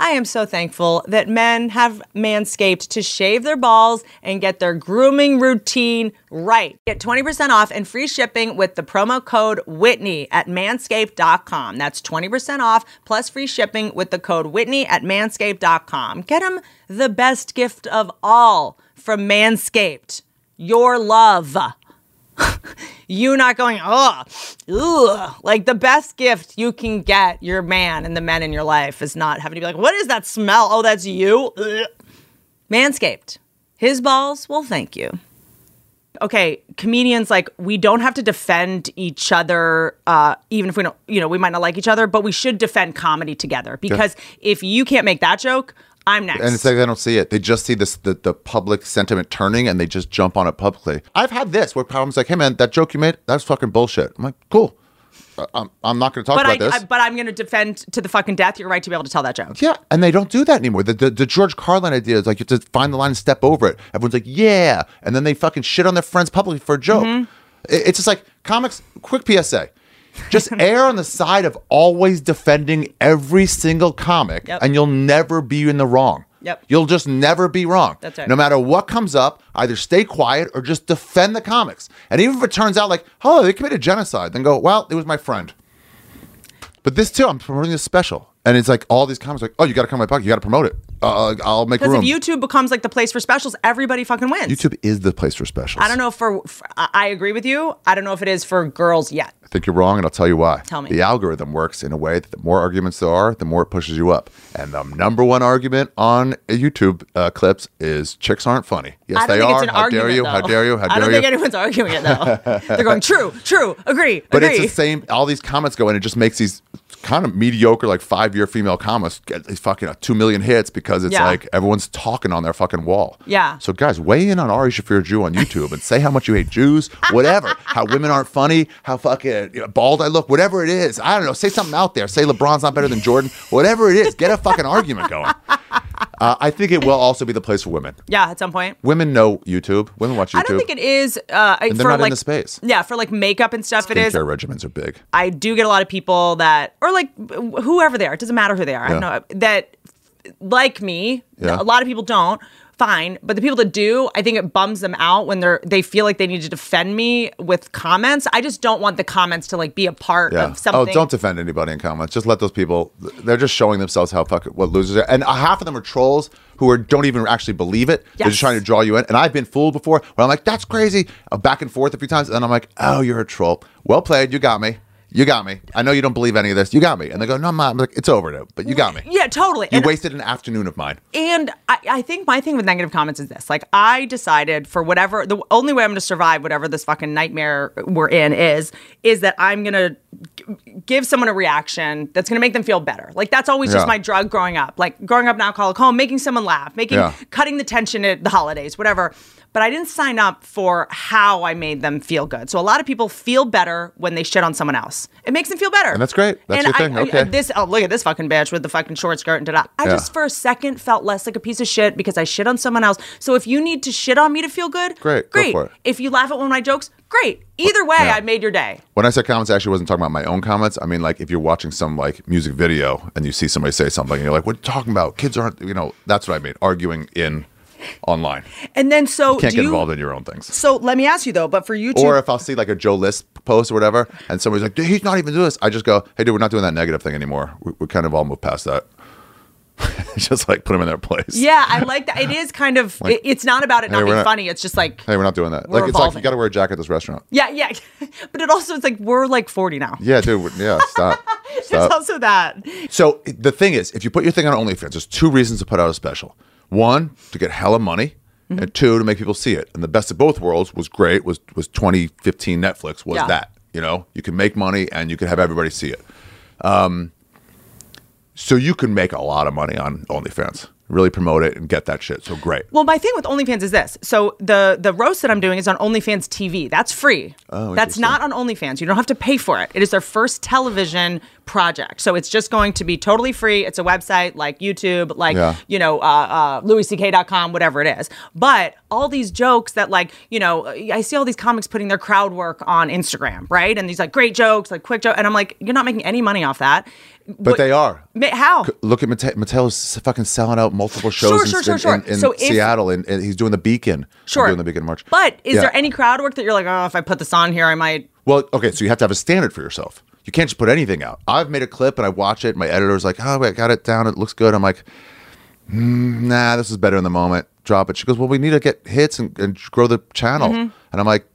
I am so thankful that men have Manscaped to shave their balls and get their grooming routine right. Get 20% off and free shipping with the promo code Whitney at manscaped.com. That's 20% off plus free shipping with the code Whitney at manscaped.com. Get them the best gift of all from Manscaped your love. you not going, oh, ugh. Like the best gift you can get your man and the men in your life is not having to be like, what is that smell? Oh, that's you. Ugh. Manscaped. His balls will thank you okay, comedians like we don't have to defend each other, uh, even if we don't, you know, we might not like each other, but we should defend comedy together because if you can't make that joke, I'm next.
And it's like they don't see it. They just see this the, the public sentiment turning and they just jump on it publicly. I've had this where problems like, hey man, that joke you made, that's fucking bullshit. I'm like, cool. I- I'm, I'm not going to talk
but
about
I,
this.
I, but I'm going to defend to the fucking death your right to be able to tell that joke.
yeah, and they don't do that anymore. The, the the George Carlin idea is like you have to find the line and step over it. Everyone's like, yeah, and then they fucking shit on their friends publicly for a joke.
Mm-hmm.
It- it's just like comics. Quick PSA: just err on the side of always defending every single comic,
Yep.
and you'll never be in the wrong.
Yep.
You'll just never be wrong.
That's right.
No matter what comes up, either stay quiet or just defend the comics. And even if it turns out like, oh, they committed genocide, then go, well, it was my friend. But this too, I'm promoting this special, and it's like all these comments like, "Oh, you got to come to my podcast. You got to promote it. Uh, I'll make
Because
room."
if YouTube becomes like the place for specials, everybody fucking wins.
YouTube is the place for specials.
I don't know if for, for I I agree with you. I don't know if it is for girls yet.
I think you're wrong, and I'll tell you why.
Tell me.
The algorithm works in a way that the more arguments there are, the more it pushes you up. And the number one argument on YouTube uh, clips is chicks aren't funny. Yes,
I don't
they
think
are.
it's an
how
argument.
dare you? How
though.
dare you? How
I
dare
don't
you?
think anyone's arguing it though. They're going true, true, agree,
But
agree.
it's the same. All these comments go in. It just makes these kind of mediocre, like five-year female comments get these fucking uh, two million hits because it's
Yeah.
like everyone's talking on their fucking wall.
Yeah.
So guys, weigh in on Ari Shafir Jew on YouTube and say how much you hate Jews, whatever. how women aren't funny, how fucking you know, bald I look, whatever it is. I don't know. Say something out there. Say LeBron's not better than Jordan. Whatever it is, get a fucking argument going. Uh, I think it will also be the place for women.
yeah, at some point.
Women know YouTube. Women watch YouTube.
I don't think it is uh, I-
And they're
for
not in
like
the space.
Yeah, for like makeup and stuff. It is.
Skincare regimens are big.
I do get a lot of people that, or like wh- whoever they are, it doesn't matter who they are. I don't
Yeah.
know that like me.
Yeah.
A lot of people don't fine. But the people that do, I think it bums them out when they're they feel like they need to defend me with comments. I just don't want the comments to like be a part
Yeah.
of something.
Oh, don't defend anybody in comments. Just let those people. They're just showing themselves how fuck what losers are, and uh, half of them are trolls who are don't even actually believe it. They're just
Yes.
trying to draw you in. And I've been fooled before. When I'm like, "That's crazy," I'm back and forth a few times, and then I'm like, "Oh, you're a troll. Well played. You got me. You got me. I know you don't believe any of this. You got me." And they go, "No, I'm not." I'm like, "It's over now, but you got me.
yeah, totally.
You
And-
wasted an afternoon of mine."
and I, I think my thing with negative comments is this like i decided for whatever the only way i'm gonna survive whatever this fucking nightmare we're in is is that i'm gonna g- give someone a reaction that's gonna make them feel better like that's always
Yeah.
just my drug growing up like growing up in an alcoholic home making someone laugh making
Yeah.
cutting the tension at the holidays whatever but i didn't sign up for how i made them feel good so a lot of people feel better when they shit on someone else it makes them feel better
And that's great.
and
That's your
I-
thing.
I-
Okay.
this oh look at this fucking bitch with the fucking short skirt and da da. I
Yeah.
just for a second felt less like a piece of shit because I shit on someone else. So if you need to shit on me to feel good,
Great, go
great.
for it.
If you laugh at one of my jokes, great. Either way,
Yeah.
I made your day.
When I said comments, I actually wasn't talking about my own comments. I mean, like if you're watching some like music video and you see somebody say something, and you're like, "What are you talking about? Kids aren't." You know, that's what I mean. Arguing in online
And then so
can't
Oh, do
get
you,
involved in your own things.
So let me ask you though, but for you two,
Or if I'll see like a Joe List post or whatever, and somebody's like, "Dude, "He's not even doing this," I just go, "Hey, dude, we're not doing that negative thing anymore. We, we kind of all moved past that." just like put them in their place.
yeah, I like that. It is kind of
Like,
it- it's not about it
hey,
not
we're
being
not-
funny. It's just like
Hey, we're not doing that.
We're
like it's like
evolving.
you got to wear a jacket at this restaurant.
yeah, yeah. but it also it's like we're like forty now.
Yeah, dude. we're- Yeah, stop.
There's
stop.
also that.
So the thing is, if you put your thing on OnlyFans, there's two reasons to put out a special. One, to get hella money,
Mm-hmm.
and two, to make people see it. And the best of both worlds was great. Was was 2015 Netflix was
Yeah.
that you know you can make money and you can have everybody see it. Um, so you can make a lot of money on OnlyFans, really promote it and get that shit. So great.
Well, my thing with OnlyFans is this. So the the roast that I'm doing is on OnlyFans TV. That's free. Oh, That's not on OnlyFans. You don't have to pay for it. It is their first television project. So it's just going to be totally free. It's a website like YouTube, like
Yeah.
you know, uh, uh, louisck.com, whatever it is. But all these jokes that like you know, I see all these comics putting their crowd work on Instagram, right? And these like great jokes, like quick joke, and I'm like, you're not making any money off that.
But they are.
How?
Look at Mattel. Mattel's fucking selling out multiple shows
Sure,
in,
sure, sure,
in-
sure.
in- in
So if-
Seattle, and, and he's doing the Beacon. I'm
Sure.
doing the Beacon in March.
But is
Yeah.
there any crowd work that you're like, oh, if I put this on here, I might
Well, okay, so you have to have a standard for yourself. You can't just put anything out. I've made a clip and I watch it. My editor's like, "Oh, I got it down. It looks good." I'm like, mm, "Nah, this is better in the moment. Drop it." She goes, "Well, we need to get hits and, and grow the channel." And I'm like,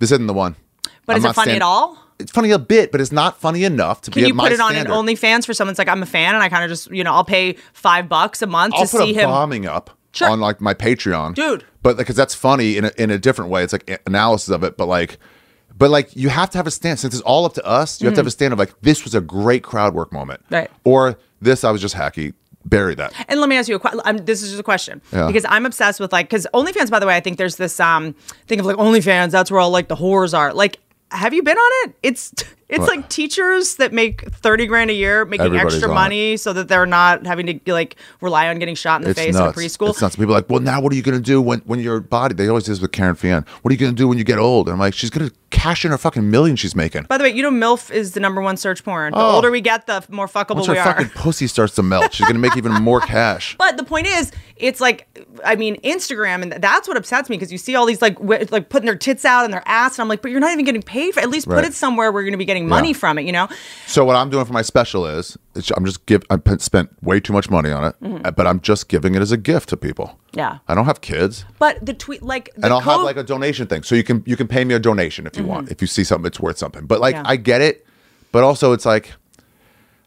"This isn't the one."
Mm-hmm. But
I'm
is it
not
funny
stand-
at all?
It's funny a bit, but it's not funny enough to
Can
be
you
at my
put it on
standard.
an OnlyFans for someone that's like, I'm a fan, and I kind of just, you know, I'll pay five bucks a month
I'll
to
put
see
a
him.
bombing up
Sure.
on like my Patreon,
Dude.
But because that's funny in a, in a different way. It's like a- analysis of it, but like, but like you have to have a stance since it's all up to us. You have to have a stand of like this was a great crowd work moment,
Mm. Right.
Or this I was just hacky. Bury that.
And let me ask you a question. This is just a question because I'm obsessed with like, because OnlyFans, by the way, I think there's this um thing of like OnlyFans. That's where all like the whores are. Like, have you been on it? It's it's
What?
like teachers that make thirty grand a year making
Everybody's
extra
on
money so that they're not having to like rely on getting shot in the
It's
face
nuts.
in preschool.
It's nuts. People are like, well, now what are you gonna do when when your body? They always do this with Karen Fian. What are you gonna do when you get old? And I'm like, she's gonna cash in her fucking million she's making.
By the way, you know MILF is the number one search porn. The
Oh.
older we get, the more fuckable
Once her
we are.
fucking pussy starts to melt, she's gonna make even more cash.
But the point is, it's like, I mean, Instagram, and that's what upsets me because you see all these like, w- like putting their tits out and their ass, and I'm like, but you're not even getting paid for. At least
Right.
put it somewhere where you're going to be getting money
Yeah.
from it, you know?
So what I'm doing for my special is it's, I'm just give I p- spent way too much money on it, uh, but I'm just giving it as a gift to people.
Mm-hmm. Yeah.
I don't have kids,
But the tweet, like, the
and I'll have
code-
like a donation thing. So you can you can pay me a donation if you want if you see something that's worth something. But like
Mm-hmm. Yeah.
I get it, but also it's like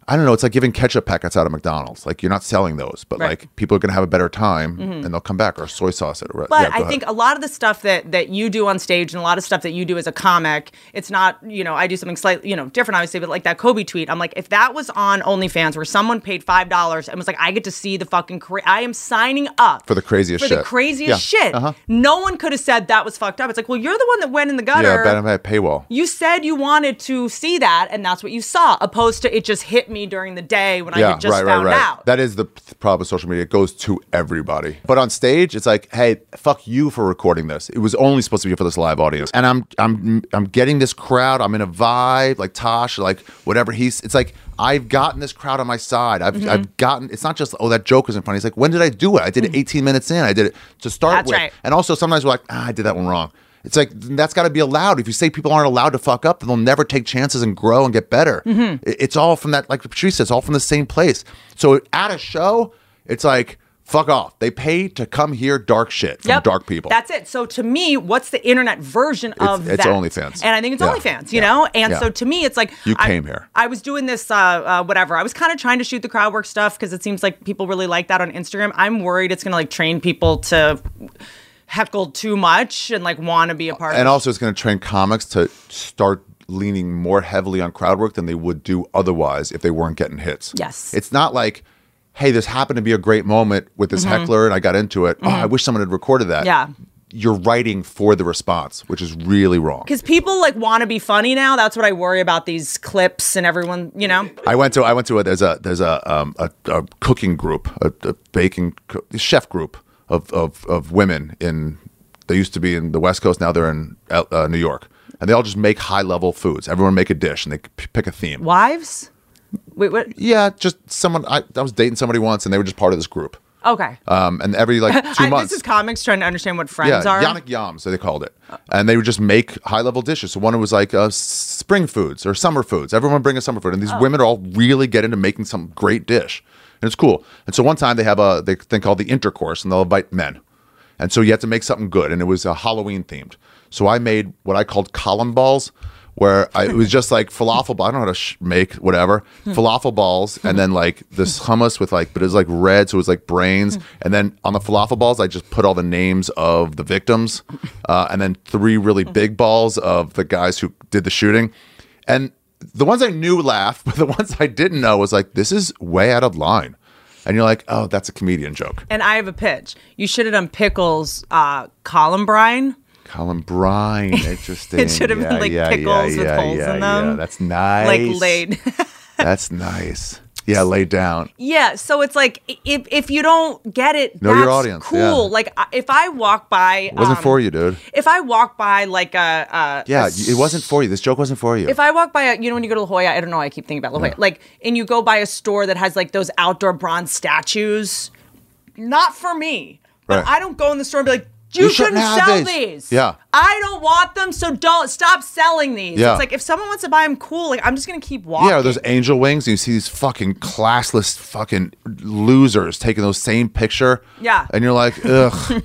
I don't know. It's like giving ketchup packets out of McDonald's. Like you're not selling those, but
Right. Mm-hmm.
like people are gonna have a better time and they'll come back or soy sauce it. Or,
But
yeah, go
I
ahead.
think a lot of the stuff that that you do on stage and a lot of stuff that you do as a comic, it's not you know I do something slightly you know different obviously, but like that Kobe tweet, I'm like if that was on OnlyFans where someone paid five dollars and was like I get to see the fucking cra- I am signing up
For the craziest
for the
shit.
craziest
Yeah. Uh-huh.
shit. No one could have said that was fucked up. It's like well you're the one that went in the gutter.
yeah, but I have a paywall.
you said you wanted to see that, and that's what you saw. Opposed to it just hit me during the day when I
yeah,
had just
right,
found
right, right.
out.
That is the p- problem with social media. It goes to everybody. But on stage, it's like, hey, fuck you for recording this. It was only supposed to be for this live audience. And I'm I'm I'm getting this crowd. I'm in a vibe, like Tosh, like whatever he's it's like I've gotten this crowd on my side. I've
Mm-hmm.
I've gotten it's not just, oh, that joke isn't funny. It's like, when did I do it? I did it 18 minutes in. I did it to start
Mm. That's
with.
right.
And also sometimes we're like, ah, I did that one wrong. It's like that's got to be allowed. If you say people aren't allowed to fuck up, then they'll never take chances and grow and get better.
Mm-hmm.
I- It's all from that, like Patrice says, all from the same place. So at a show, it's like fuck off. They pay to come hear dark shit from
Yep.
dark people.
That's it. So to me, what's the internet version of
it's
that?
OnlyFans.
And I think it's
Yeah.
OnlyFans, you
Yeah.
know? And
Yeah.
so to me, it's like.
You
I-
came here.
I was doing this, uh, uh, whatever. I was kind of trying to shoot the crowd work stuff because it seems like people really like that on Instagram. I'm worried it's going to like train people to heckle too much and like want to be a part
and
of
also it's going to train comics to start leaning more heavily on crowd work than they would do otherwise if they weren't getting hits.
Yes.
It's not like, hey, this happened to be a great moment with this heckler and I got into it. Oh, I wish someone had recorded that.
Mm-hmm. Yeah.
You're writing for the response, which is really wrong.
Because people like want to be funny now. That's what I worry about these clips and everyone, you know?
I went to I went to a there's a there's a um a, a cooking group a, a baking co- chef group of, of of women in they used to be in the West Coast now they're in L- uh, New York and they all just make high level foods everyone make a dish and they p- pick a theme
Wives? Wait, what?
yeah just someone I, I was dating somebody once and they were just part of this group
Okay.
um and every like two
I-
months
This is comics trying to understand what friends
yeah,
are.
Yannick Yam, so they called it. And they would just make high level dishes. So one was like uh, s- spring foods or summer foods. Everyone bring a summer food. And
Oh.
these women all really get into making some great dish. And it's cool. And so one time they have a they thing called the intercourse and they'll invite men. And so you had to make something good. And it was uh, Halloween themed. So I made what I called column balls. Where I, it was just like falafel ball. I don't know how to sh- make whatever
Hmm.
falafel balls, and then like this hummus with like, but it was like red, so it was like
Hmm.
brains. And then on the falafel balls, I just put all the names of the victims, uh, and then three
Hmm.
really big balls of the guys who did the shooting. And the ones I knew laughed, but the ones I didn't know was like, this is way out of line. And you're like, oh, that's a comedian joke.
And I have a pitch. You should have done Pickles uh, Columbine.
Colin Brine, interesting.
It should have been, like, pickles with holes in them.
That's nice.
Like laid.
that's nice. Yeah, lay down.
yeah. So it's like i- if if you don't get it,
Know
that's
your audience,
Cool.
yeah.
Like I- if I walk by,
It wasn't
um,
for you, dude.
If I walk by like a, a
Yeah, it wasn't for you. This joke wasn't for you.
if I walk by, a, you know, when you go to La Jolla, I don't know. why I keep thinking about La Jolla. Like, and you go by a store that has like those outdoor bronze statues. Not for me. But
Right.
I don't go in the store and be like, you,
You
shouldn't,
shouldn't have
sell
these."
these.
Yeah.
I don't want them, so don't stop selling these.
Yeah.
It's like if someone wants to buy them, cool. Like I'm just gonna keep walking.
Yeah, or those angel wings. And you see these fucking classless fucking losers taking those same picture.
Yeah.
And you're like, ugh.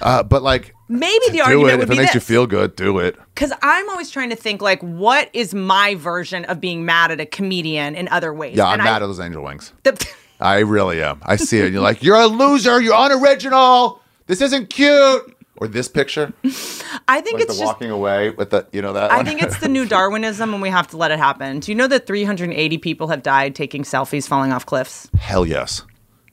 uh, but like,
Maybe the
do
argument
it.
would
If
be
it makes you
this.
feel good, do it.
because I'm always trying to think like, what is my version of being mad at a comedian in other ways?
Yeah, I'm
And I-
mad at those angel wings.
the-
I really am. I see it. And you're like, you're a loser. You're unoriginal. This isn't cute. Or this picture,
I think
like
it's
the
just
walking away with the, you know that.
I
one?
think it's the new Darwinism, and we have to let it happen. Do you know that 380 people have died taking selfies falling off cliffs?
hell yes.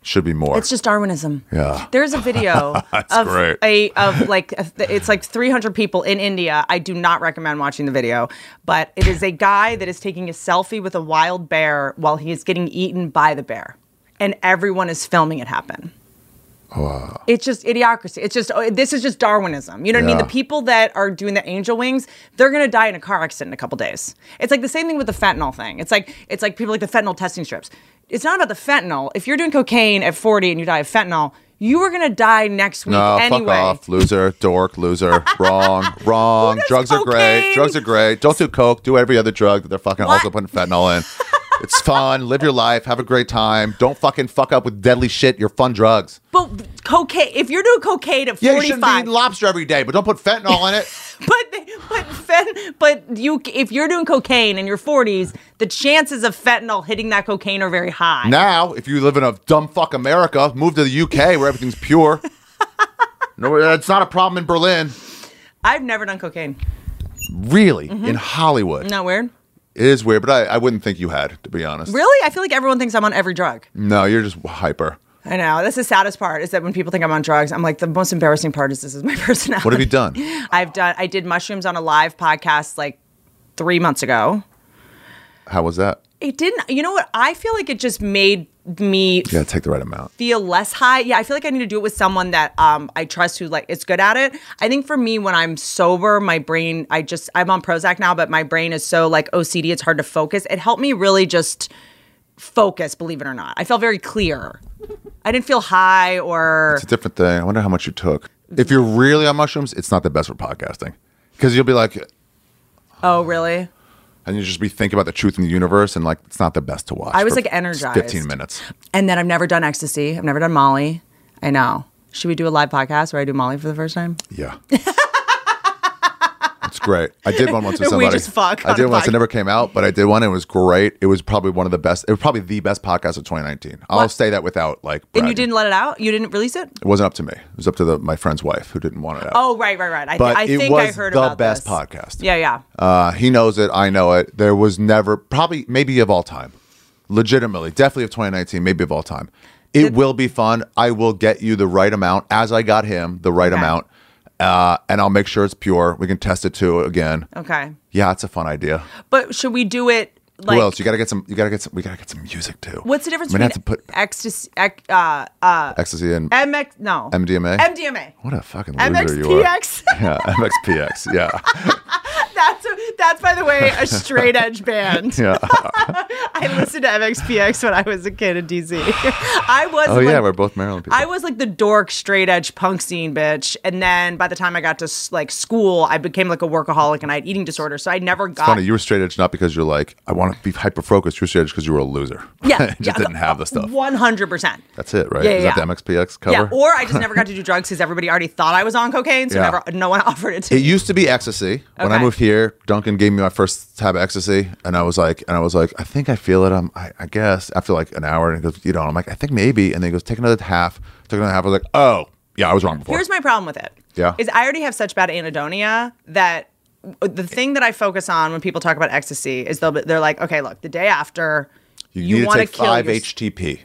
Should be more.
It's just Darwinism.
Yeah.
There's a video
That's
of
great.
a of like a- it's like 300 people in India. I do not recommend watching the video, but it is a guy that is taking a selfie with a wild bear while he is getting eaten by the bear, and everyone is filming it happen. It's just idiocracy. It's just oh, this is just Darwinism. You know what I mean?
Yeah.
The people that are doing the angel wings, they're gonna die in a car accident in a couple days. It's like the same thing with the fentanyl thing. It's like it's like people like the fentanyl testing strips. It's not about the fentanyl. If you're doing cocaine at 40 and you die of fentanyl, you are gonna die next week
No,
anyway.
fuck off, loser, dork, loser. Wrong, wrong.
does
Drugs are great.
cocaine?
Drugs are great. Don't do coke. Do every other drug that they're fucking also putting fentanyl in. it's fun. Live your life. Have a great time. Don't fucking fuck up with deadly shit. You're fun drugs.
But cocaine. If you're doing cocaine at
Yeah, you shouldn't be
45,
eating lobster every day, but don't put fentanyl in it.
but but fen- but you if you're doing cocaine in your 40s, the chances of fentanyl hitting that cocaine are very high.
now, if you live in a dumb fuck America, move to the UK where everything's pure. No, it's not a problem in Berlin.
I've never done cocaine.
Really,
Mm-hmm.
in Hollywood,
Not weird.
it is weird, but I, I wouldn't think you had, to be honest.
Really? I feel like everyone thinks I'm on every drug.
No, you're just hyper.
I know. That's the saddest part is that when people think I'm on drugs, I'm like, the most embarrassing part is this is my personality.
What have you done?
I've done, I did mushrooms on a live podcast like three months ago.
How was that?
It didn't. You know what? I feel like it just made me
You gotta take the right amount.
feel less high. Yeah, I feel like I need to do it with someone that um I trust who like is good at it. I think for me when I'm sober, my brain I just I'm on Prozac now, but my brain is so like OCD, it's hard to focus. It helped me really just focus, believe it or not. I felt very clear. I didn't feel high or
It's a different thing. I wonder how much you took. If you're really on mushrooms, it's not the best for podcasting because you'll be like,
oh really?
and you just be thinking about the truth in the universe, and like it's not the best to watch.
I was,
for
like,
f-
energized.
Fifteen minutes.
And then I've never done ecstasy. I've never done Molly. I know. Should we do a live podcast where I do Molly for the first time?
Yeah. it's great. I did one once
We
with somebody.
just fuck
I
on
did
a
once. It
podcast.
never came out, but I did one. It was great. It was probably one of the best. It was probably the best podcast of 2019. I'll say that without like.
And you
bragging.
didn't let it out? You didn't release it?
It wasn't up to me. It was up to the, my friend's wife who didn't want it out.
Oh, right, right, right. I, th-
But
I
it
think I
was
heard
the
about
best
this.
podcast.
Yeah, yeah.
Uh, he knows it. I know it. There was never, probably, maybe of all time, legitimately, definitely of 2019, maybe of all time. It will be fun. I will get you the right amount as I got him the right
Okay.
amount. Uh, and I'll make sure it's pure. We can test it too again.
Okay.
Yeah, it's a fun idea.
But should we do it like
Who else? You gotta get some. You gotta get some. We gotta get some music too.
what's the difference
I'm gonna have to
between
put
ecstasy ec- uh uh
ecstasy and
MX no
MDMA.
MDMA.
What a fucking loser you are.
MXPX.
Yeah, MXPX. Yeah,
That's that's by the way a straight edge band.
yeah.
I listened to MXPX when I was a kid in DC. I was
Oh yeah,
like-
we're both Maryland people.
I was like the dork straight edge punk scene bitch, and then by the time I got to s- like school, I became like a workaholic and I had eating disorder, so I never got
Funny, you were straight edge not because you're like I want to be hyper focused. You're straight edge because you were a loser.
yeah,
just didn't have the stuff.
One hundred percent.
That's it, right?
Yeah,
Is
yeah.
that the MXPX cover?
Yeah, or I just never got to do drugs because everybody already thought I was on cocaine, so
Yeah.
never no one offered it to
It
me.
used to be ecstasy. When I
Okay.
moved here, Duncan gave me my first tab of ecstasy, and I was like, and I was like, I think I feel it. I'm, I, I guess after like an hour, and he goes, you know, I'm like, I think maybe, and then he goes, take another half. Took another half. I was like, oh yeah, I was wrong before.
Here's my problem with it.
Yeah.
is I already have such bad anhedonia that the thing that I focus on when people talk about ecstasy is they'll be- they're like, okay, look, the day after
you, need to
wanna
take five
your-
HTP.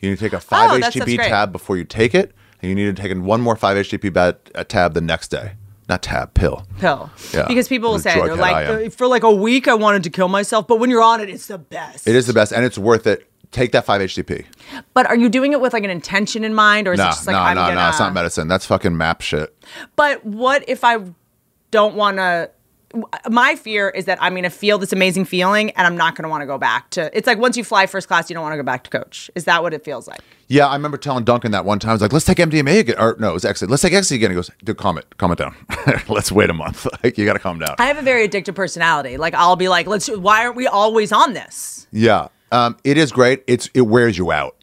You need to take a five
that's- that's
HTP
great.
tab before you take it, and you need to take in one more five HTP bat, uh, tab the next day. Not tab, pill.
pill
Yeah.
because people will
What a
say they're
drughead I am.
like "Uh, for like a week I wanted to kill myself, but when you're on it, it's the best.
It is the best, and it's worth it. Take that five HTP.
But are you doing it with like an intention in mind, or is it
Nah,
just like
nah,
I'm
nah,
gonna?
nah. It's not medicine. That's fucking map shit.
But what if I don't want to? My fear is that I'm going to feel this amazing feeling and I'm not going to want to go back to. It's like once you fly first class, you don't want to go back to coach. Is that what it feels like?
Yeah, I remember telling Duncan that one time. I was like, "Let's take MDMA again," or no, it was ecstasy. Let's take ecstasy again. He goes, "Dude, calm it, calm it down. Let's wait a month. Like, you got to calm down."
I have a very addictive personality. Like I'll be like, let's. Why aren't we always on this?
yeah, um, it is great. It's it wears you out.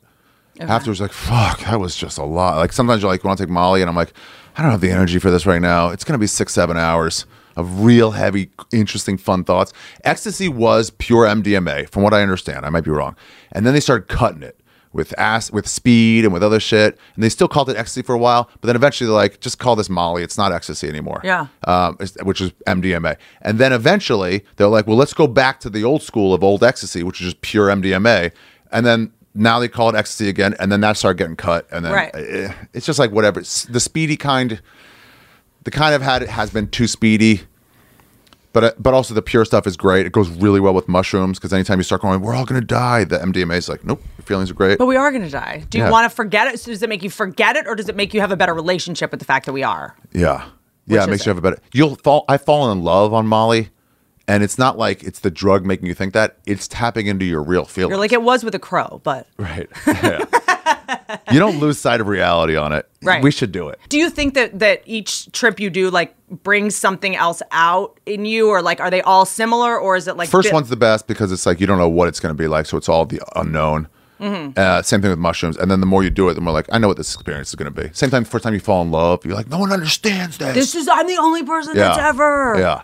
Afterwards, like, fuck, that was just a lot. Like sometimes you're like, "Want to take Molly?" and I'm like, "I don't have the energy for this right now. It's gonna be six, seven hours of real heavy, interesting, fun thoughts." Ecstasy was pure MDMA, from what I understand. I might be wrong. And then they started cutting it. with ass with speed and with other shit and they still called it ecstasy for a while but then eventually they're like just call this molly it's not ecstasy anymore
Yeah.
um, it's- which is mdma and then eventually they're like well let's go back to the old school of old ecstasy which is just pure mdma and then now they call it ecstasy again and then that started getting cut and then
Right.
eh, it's just like whatever it's the speedy kind the kind of had it has been too speedy but, but also the pure stuff is great. It goes really well with mushrooms because anytime you start going, we're all gonna die. The MDMA is like, nope, your feelings are great.
But we are going to die. Do you
Yeah.
want to forget it? So does it make you forget it, or does it make you have a better relationship with the fact that we are?
Yeah. Yeah,
Which
it
is
makes you
it?
have a better. You'll fall. I've fallen in love on Molly, and it's not like it's the drug making you think that. It's tapping into your real feelings.
You're like it was with a crow, but
right. Yeah. you don't lose sight of reality on it.
Right.
We should do it.
Do you think that that each trip you do like brings something else out in you, or like are they all similar, or is it like
First
bit-
one's the best because it's like you don't know what it's going to be like, so it's all the unknown.
Mm-hmm.
Uh, same thing with mushrooms, and then the more you do it, the more like I know what this experience is going to be. Same time, first time you fall in love, you're like, no one understands this.
This is I'm the only person that's
Yeah.
ever.
Yeah.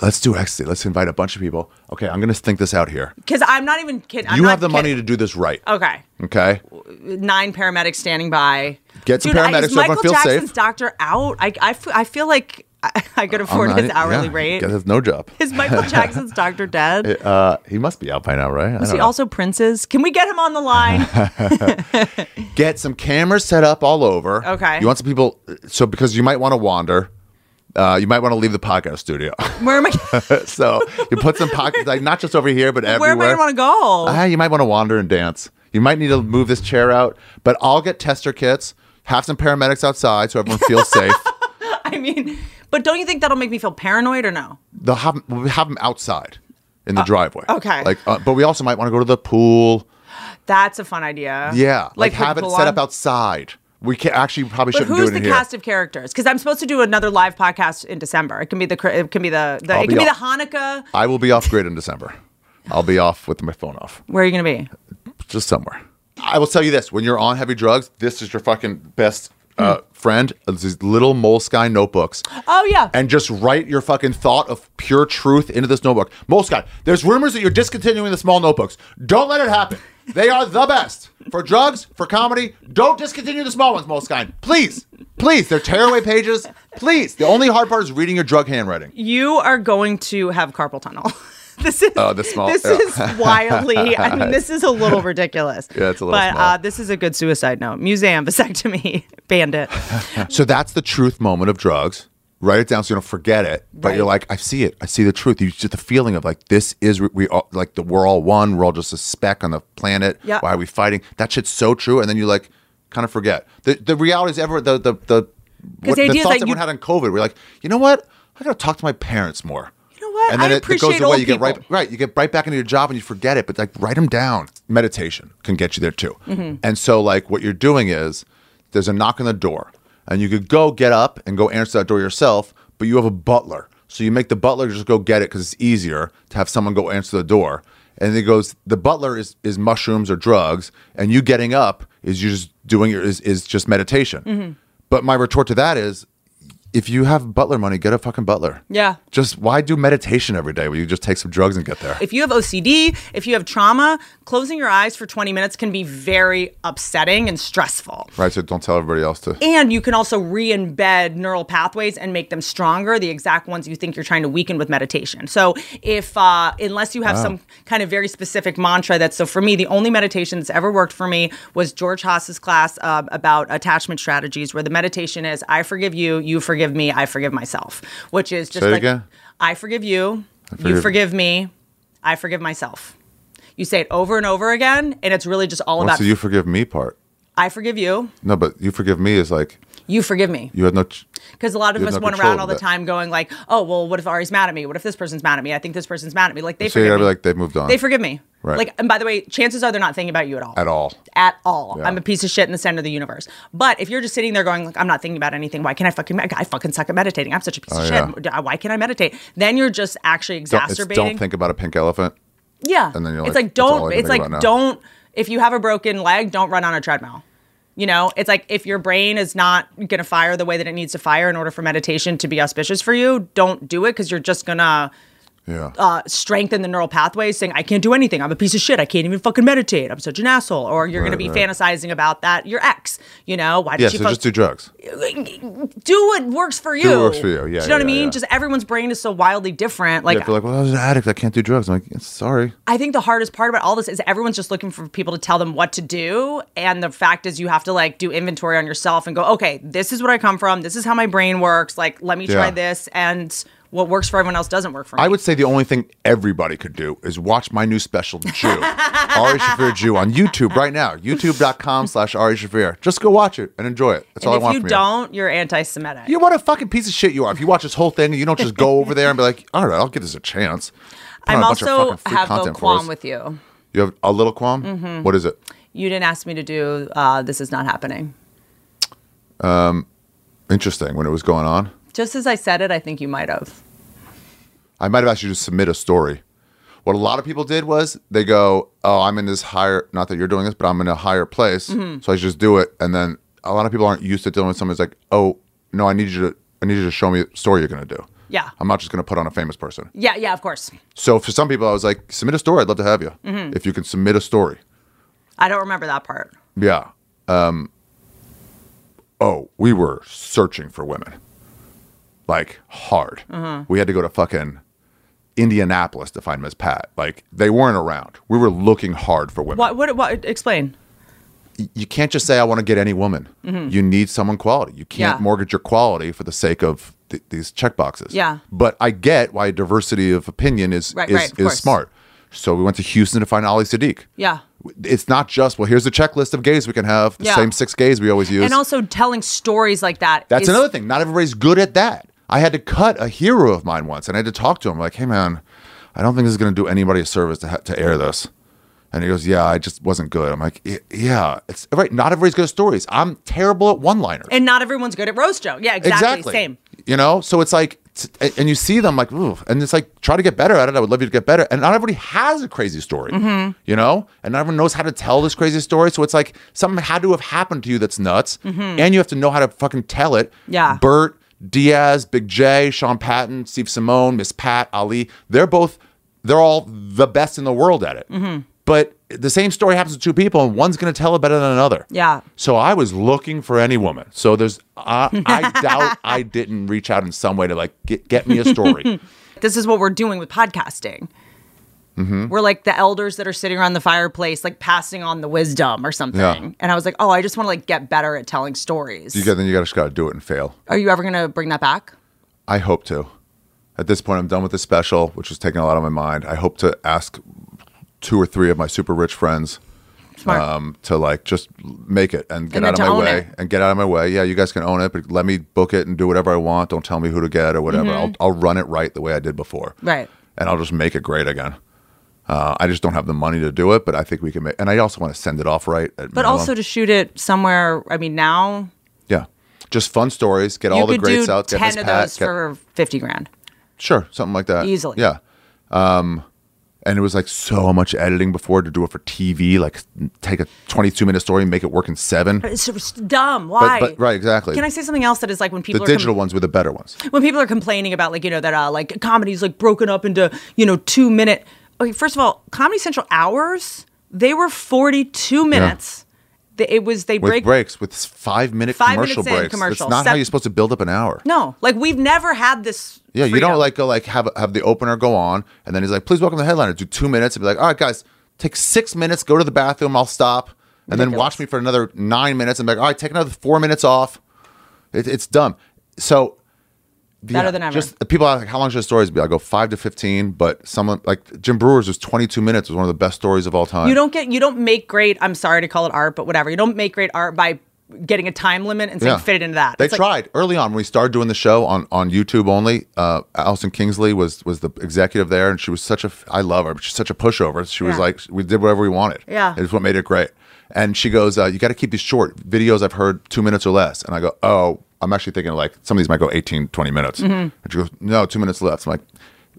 Let's do ecstasy. Let's invite a bunch of people. Okay, I'm going to think this out here.
Because I'm not Oh. even kidding.
you have the money to do this right.
Okay,
Okay.
nine paramedics standing by.
Get some
Dude, I-
paramedics
is
so everyone
Michael
feels
Jackson's
safe.
doctor out. I, I, f- I feel like I, I could afford
I'm not- e-,
his hourly
yeah,
rate.
Guess that's no job.
Is Michael Jackson's doctor dead?
Uh, he must be out by now, right? I
Was
don't
he
know.
also Prince's? Can we get him on the line?
get some cameras set up all over?
Okay.
You want some people, so because you might want to wander. uh, you might want to leave the podcast studio.
Where am I?
so you put some pockets, like not just over here, but
Where
everywhere.
am I gonna want to go?
Ah, you might want to wander and dance. You might need to move this chair out, but I'll get tester kits, have some paramedics outside so everyone feels safe.
I mean, but don't you think that'll make me feel paranoid or no?
They'll have, we have them outside in the driveway.
Uh, okay.
Like, uh, but we also might want to go to the pool.
That's a fun idea.
Yeah. Like,
put
have it
people
set
on-
up outside. We can actually probably
But
shouldn't
who's
do it
the
in here.
cast of characters? Because I'm supposed to do another live podcast in December. It can be the cri- it can be the, the
I'll
it
be
can be the
off.
Hanukkah.
I will be off grid in December. I'll be off with my phone off,
Where are you gonna be?
just somewhere. I will tell you this: when you're on heavy drugs, this is your fucking best uh, friend. It's These little moleskine notebooks.
Hmm. Oh yeah.
and just write your fucking thought of pure truth into this notebook. Most guy, there's rumors that you're discontinuing the small notebooks. Don't let it happen. They are the best for drugs, for comedy. Don't discontinue the small ones, most kind. Please, please, they're tearaway pages. Please, the only hard part is reading your drug handwriting.
you are going to have carpal tunnel. this is
Oh, the small-
this
yeah.
is wildly. I mean, this is a little ridiculous.
Yeah, it's a little
But
small.
Uh, this is a good suicide note. Museum vasectomy bandit.
So that's the truth moment of drugs. Write it down so you don't forget it. But you're like, I see it. I see the truth. You just the feeling of like this is we all like the we're all one. We're all just a speck on the planet.
Yeah.
Why are we fighting? That shit's so true. And then you like kind of forget the the realities. Ever the the the what,
the
the,
idea is
thoughts
that you-
everyone had on COVID. We're like, you know what? I gotta talk to my parents more. You
know what?
And then
I
it, it goes
appreciate
away.
old
You get right
people.
right. You get right back into your job and you forget it. But like, write them down. Meditation can get you there too.
Mm-hmm.
And so like, what you're doing is there's a knock on the door, and you could go get up and go answer that door yourself, but you have a butler, so you make the butler just go get it because it's easier to have someone go answer the door. And it goes, the butler is is mushrooms or drugs, and you getting up is you just doing your is is just meditation.
Mm-hmm.
But my retort to that is. If you have butler money, get a fucking butler.
Yeah.
Just why do meditation every day where you just take some drugs and get there?
If you have OCD, if you have trauma, closing your eyes for 20 minutes can be very upsetting and stressful.
Right, so don't tell everybody else to.
And you can also re embed neural pathways and make them stronger, the exact ones you think you're trying to weaken with meditation. So, if, uh, unless you have some kind of very specific mantra that's so for me, the only meditation that's ever worked for me was George Haas's class uh, about attachment strategies, where the meditation is I forgive you, you forgive me, I forgive myself, which is just
Say it
like
again.
I forgive you, you
forgive-
forgive me, I forgive myself. You say it over and over again, and it's really just all
What's
about
the Oh, you forgive me part?
I forgive you,
No, but you forgive me is like
you forgive me.
you had no. Ch-
Because a lot of
You
us
have no
went
control
around all
of
the
that.
time going like, "Oh, well, what if Ari's mad at me? What if this person's mad at me? I think this person's mad at me." Like they
so you
forgive
gotta be
me.
like they moved on.
they forgive me.
Right.
Like, and by the way, chances are they're not thinking about you at all.
at all.
At all.
Yeah.
I'm a piece of shit in the center of the universe. But if you're just sitting there going, like, I'm not thinking about anything. Why can't I fucking? med- I fucking suck at meditating. I'm such a piece of
Oh, yeah.
shit. Why can't I meditate? Then you're just actually
Don't, it's
exacerbating.
don't think about a pink elephant.
Yeah.
And then you're
it's
like,
like,
"That's all I
don't,
can
it's
think
like,
about now."
don't, if you have a broken leg, don't run on a treadmill. You know, it's like if your brain is not going to fire the way that it needs to fire in order for meditation to be auspicious for you, don't do it because you're just going to
Yeah.
uh, strengthen the neural pathways saying, I can't do anything. I'm a piece of shit. I can't even fucking meditate. I'm such an asshole. Or you're going to be fantasizing about that, your ex. You know, why did
yeah.
she
So
fuck-
just do drugs.
do what works for you?
what works for you. Yeah,
Do you know
yeah,
what I
yeah,
mean?
yeah.
Just everyone's brain is so wildly different. Like,
If you're like, well, I was an addict. I can't do drugs. I'm like, sorry.
I think the hardest part about all this is everyone's just looking for people to tell them what to do. And the fact is, you have to like do inventory on yourself and go, okay, this is what I come from. This is how my brain works. Like, let me
Yeah.
try this. And what works for everyone else doesn't work for me.
I would say the only thing everybody could do is watch my new special, Jew. Ari Shafir Jew on YouTube right now. YouTube.com slash Ari Shafir. Just go watch it and enjoy it. That's all I
and if
want
you
from
don't, you're anti Semitic.
You know what a fucking piece of shit you are. If you watch this whole thing and you don't just go over there and be like, all right, I'll give this a chance. Put
I'm
on a bunch of
also
fucking free
have a
content for us.
qualm with you.
You have a little qualm? Mm-hmm. is it?
You didn't ask me to do uh, this is not happening.
Interesting. When it was going on,
Just as I said it, I think you might have.
I might have asked you to submit a story. What a lot of people did was they go, Oh, I'm in this higher, not that you're doing this, but I'm in a higher place.
Mm-hmm.
So I should just do it. And then a lot of people aren't used to dealing with someone who's like, Oh, no, I need you to, I need you to show me a story you're going to do.
Yeah.
I'm not just going to put on a famous person.
Yeah, yeah, of course.
So for some people, I was like, Submit a story. I'd love to have you.
Mm-hmm.
If you can submit a story.
I don't remember that part.
Yeah. Um, oh, we were searching for women like hard.
Uh-huh.
We had to go to fucking Indianapolis to find Miss Pat. Like they weren't around. We were looking hard for women.
What? What? What? Explain.
You can't just say I want to get any woman. You need someone quality. You can't
Mm-hmm. Yeah.
mortgage your quality for the sake of th- these check boxes.
Yeah.
But I get why diversity of opinion is
Right,
is,
right, of
is
course.
smart. So we went to Houston to find Ali Sadiq.
Yeah.
It's not just well. Here's a checklist of gays we can have. The
Yeah.
same six gays we always use.
And also telling stories like that.
That's
is-
another thing. Not everybody's good at that. I had to cut a hero of mine once, and I had to talk to him like, "Hey, man, I don't think this is going to do anybody a service to ha- to air this." And he goes, "Yeah, I just wasn't good." I'm like, "Y- "Yeah, it's right. Not everybody's good at stories. I'm terrible at one-liners."
And not everyone's good at roast Joe. Yeah, exactly. Same.
You know, so it's like, t- a- and you see them like, ooh, and it's like, try to get better at it. I would love you to get better. And not everybody has a crazy story,
Mm-hmm.
you know, and not everyone knows how to tell this crazy story. So it's like something had to have happened to you that's nuts, and you have to know how to fucking tell it.
Mm-hmm. Yeah.
Bert, Diaz, Big J, Sean Patton, Steve Simone, Miss Pat, Ali, they're both, they're all the best in the world at it.
Mm-hmm.
But the same story happens to two people, and one's going to tell it better than another.
Yeah.
So I was looking for any woman. So there's, I I doubt I didn't reach out in some way to like get, get me a story.
This is what we're doing with podcasting.
Mm-hmm.
We're like the elders that are sitting around the fireplace, like passing on the wisdom or something.
Yeah.
And I was like, oh, I just want to like get better at telling stories.
you got, then you got to got to do it and fail.
are you ever going to bring that back?
I hope to. At this point, I'm done with the special, which was taking a lot of my mind. I hope to ask two or three of my super rich friends
Smart.
um, to like just make it and get
And then
out of
to
my
own
way
it.
and get out of my way. Yeah, you guys can own it, but let me book it and do whatever I want. Don't tell me who to get or whatever.
Mm-hmm.
I'll, I'll run it right the way I did before.
Right.
And I'll just make it great again. Uh, I just don't have the money to do it, but I think we can make. And I also want to send it off right. At
But also to shoot it somewhere. I mean, now
yeah, just fun stories. Get
you
all the
could do
greats out. Get
ten
Miss
of
Pat,
those
get-
for fifty grand.
Sure, something like that.
Easily.
Yeah. Um, and it was like so much editing before to do it for TV, like take a 22 minute story and make it work in seven.
It's just dumb. Why?
but- right, exactly.
Can I say something else that is like when
The
people are com-
digital ones were the better ones.
when people are complaining about like you know that uh, like comedy's like broken up into you know two minute. Okay, first of all, Comedy Central hours they were forty two minutes. They- It was they
With
break
breaks, with five minute
Five
commercial
minutes in,
breaks.
commercial.
That's not how
Seven-
you're supposed to build up an hour.
No, like we've never had this.
Yeah, you
freedom.
don't like go like have have the opener go on, and then he's like, "Please welcome the headliner." Do two minutes and be like, "All right, guys, take six minutes, go to the bathroom, I'll stop, and then watch me for another nine minutes." And be like, "All right, take another four minutes off." It, it's dumb. So
Better than ever.
Just uh, people ask like, "How long should the stories be?" I go five to fifteen, but someone like Jim Brewer's was twenty two minutes was one of the best stories of all time.
You don't get you don't make great. I'm sorry to call it art, but whatever. You don't make great art by getting a time limit and saying fit it into that.
They
It's like-
tried early on when we started doing the show on, on YouTube only. Uh, Allison Kingsley was was the executive there, and she was such a f- I love her, but she's such a pushover. She was
Yeah.
like, we did whatever we wanted.
Yeah.
it's what made it great. And she goes, uh, you got to keep these short videos. I've heard two minutes or less, and I go, oh, I'm actually thinking like some of these might go 18, 20 minutes.
Mm-hmm.
And she goes, no, two minutes left. I'm like,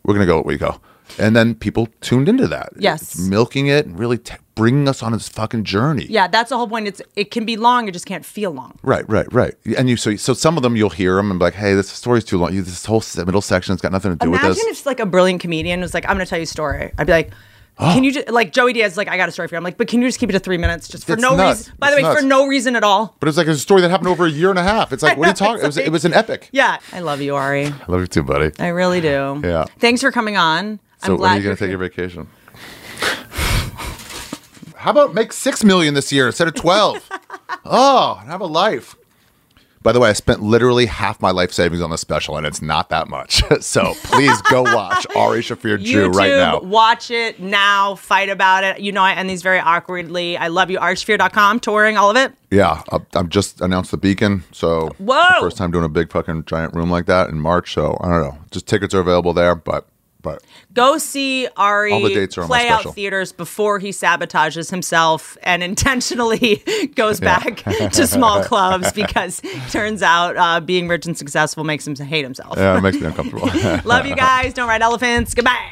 we're gonna go what we go. And then people tuned into that.
Yes.
It's milking it and really t- bringing us on this fucking journey.
yeah, that's the whole point. It's it can be long, it just can't feel long.
Right, right, right. And you so so some of them you'll hear them and be like, hey, this story's too long. You, this whole se- middle section's got nothing to do
Imagine
with this.
if like a brilliant comedian was like, "I'm going to tell you a story." I'd be like. Can you just like Joey Diaz? is Like I got a story for you. I'm like, but can you just keep it to three minutes, just for
It's
no
nuts.
reason? By the
It's
way, for
nuts.
no reason at all.
but it's like a story that happened over a year and a half. It's like, what are you talking? It was it was an epic.
Yeah, I love you, Ari.
I love you too, buddy.
I really do.
Yeah.
Thanks for coming on.
So
I'm
when
glad
are you gonna
you're
take
here.
your vacation? How about make six million this year instead of twelve? oh, and have a life. By the way, I spent literally half my life savings on this special, and it's not that much. so please go watch Ari Shafir Jew
YouTube,
right now.
watch it now. Fight about it. You know, I end these very awkwardly. I love you. Archfear.com touring all of it.
Yeah, I- I'm just announced the Beacon, so
Whoa!
first time doing a big fucking giant room like that in March. So I don't know, just tickets are available there, but but
Go see Ari
All the dates are on my
play out
special.
theaters before he sabotages himself and intentionally goes back to small clubs because turns out uh, being rich and successful makes him hate himself.
yeah, it makes me uncomfortable.
Love you guys. Don't ride elephants. Goodbye.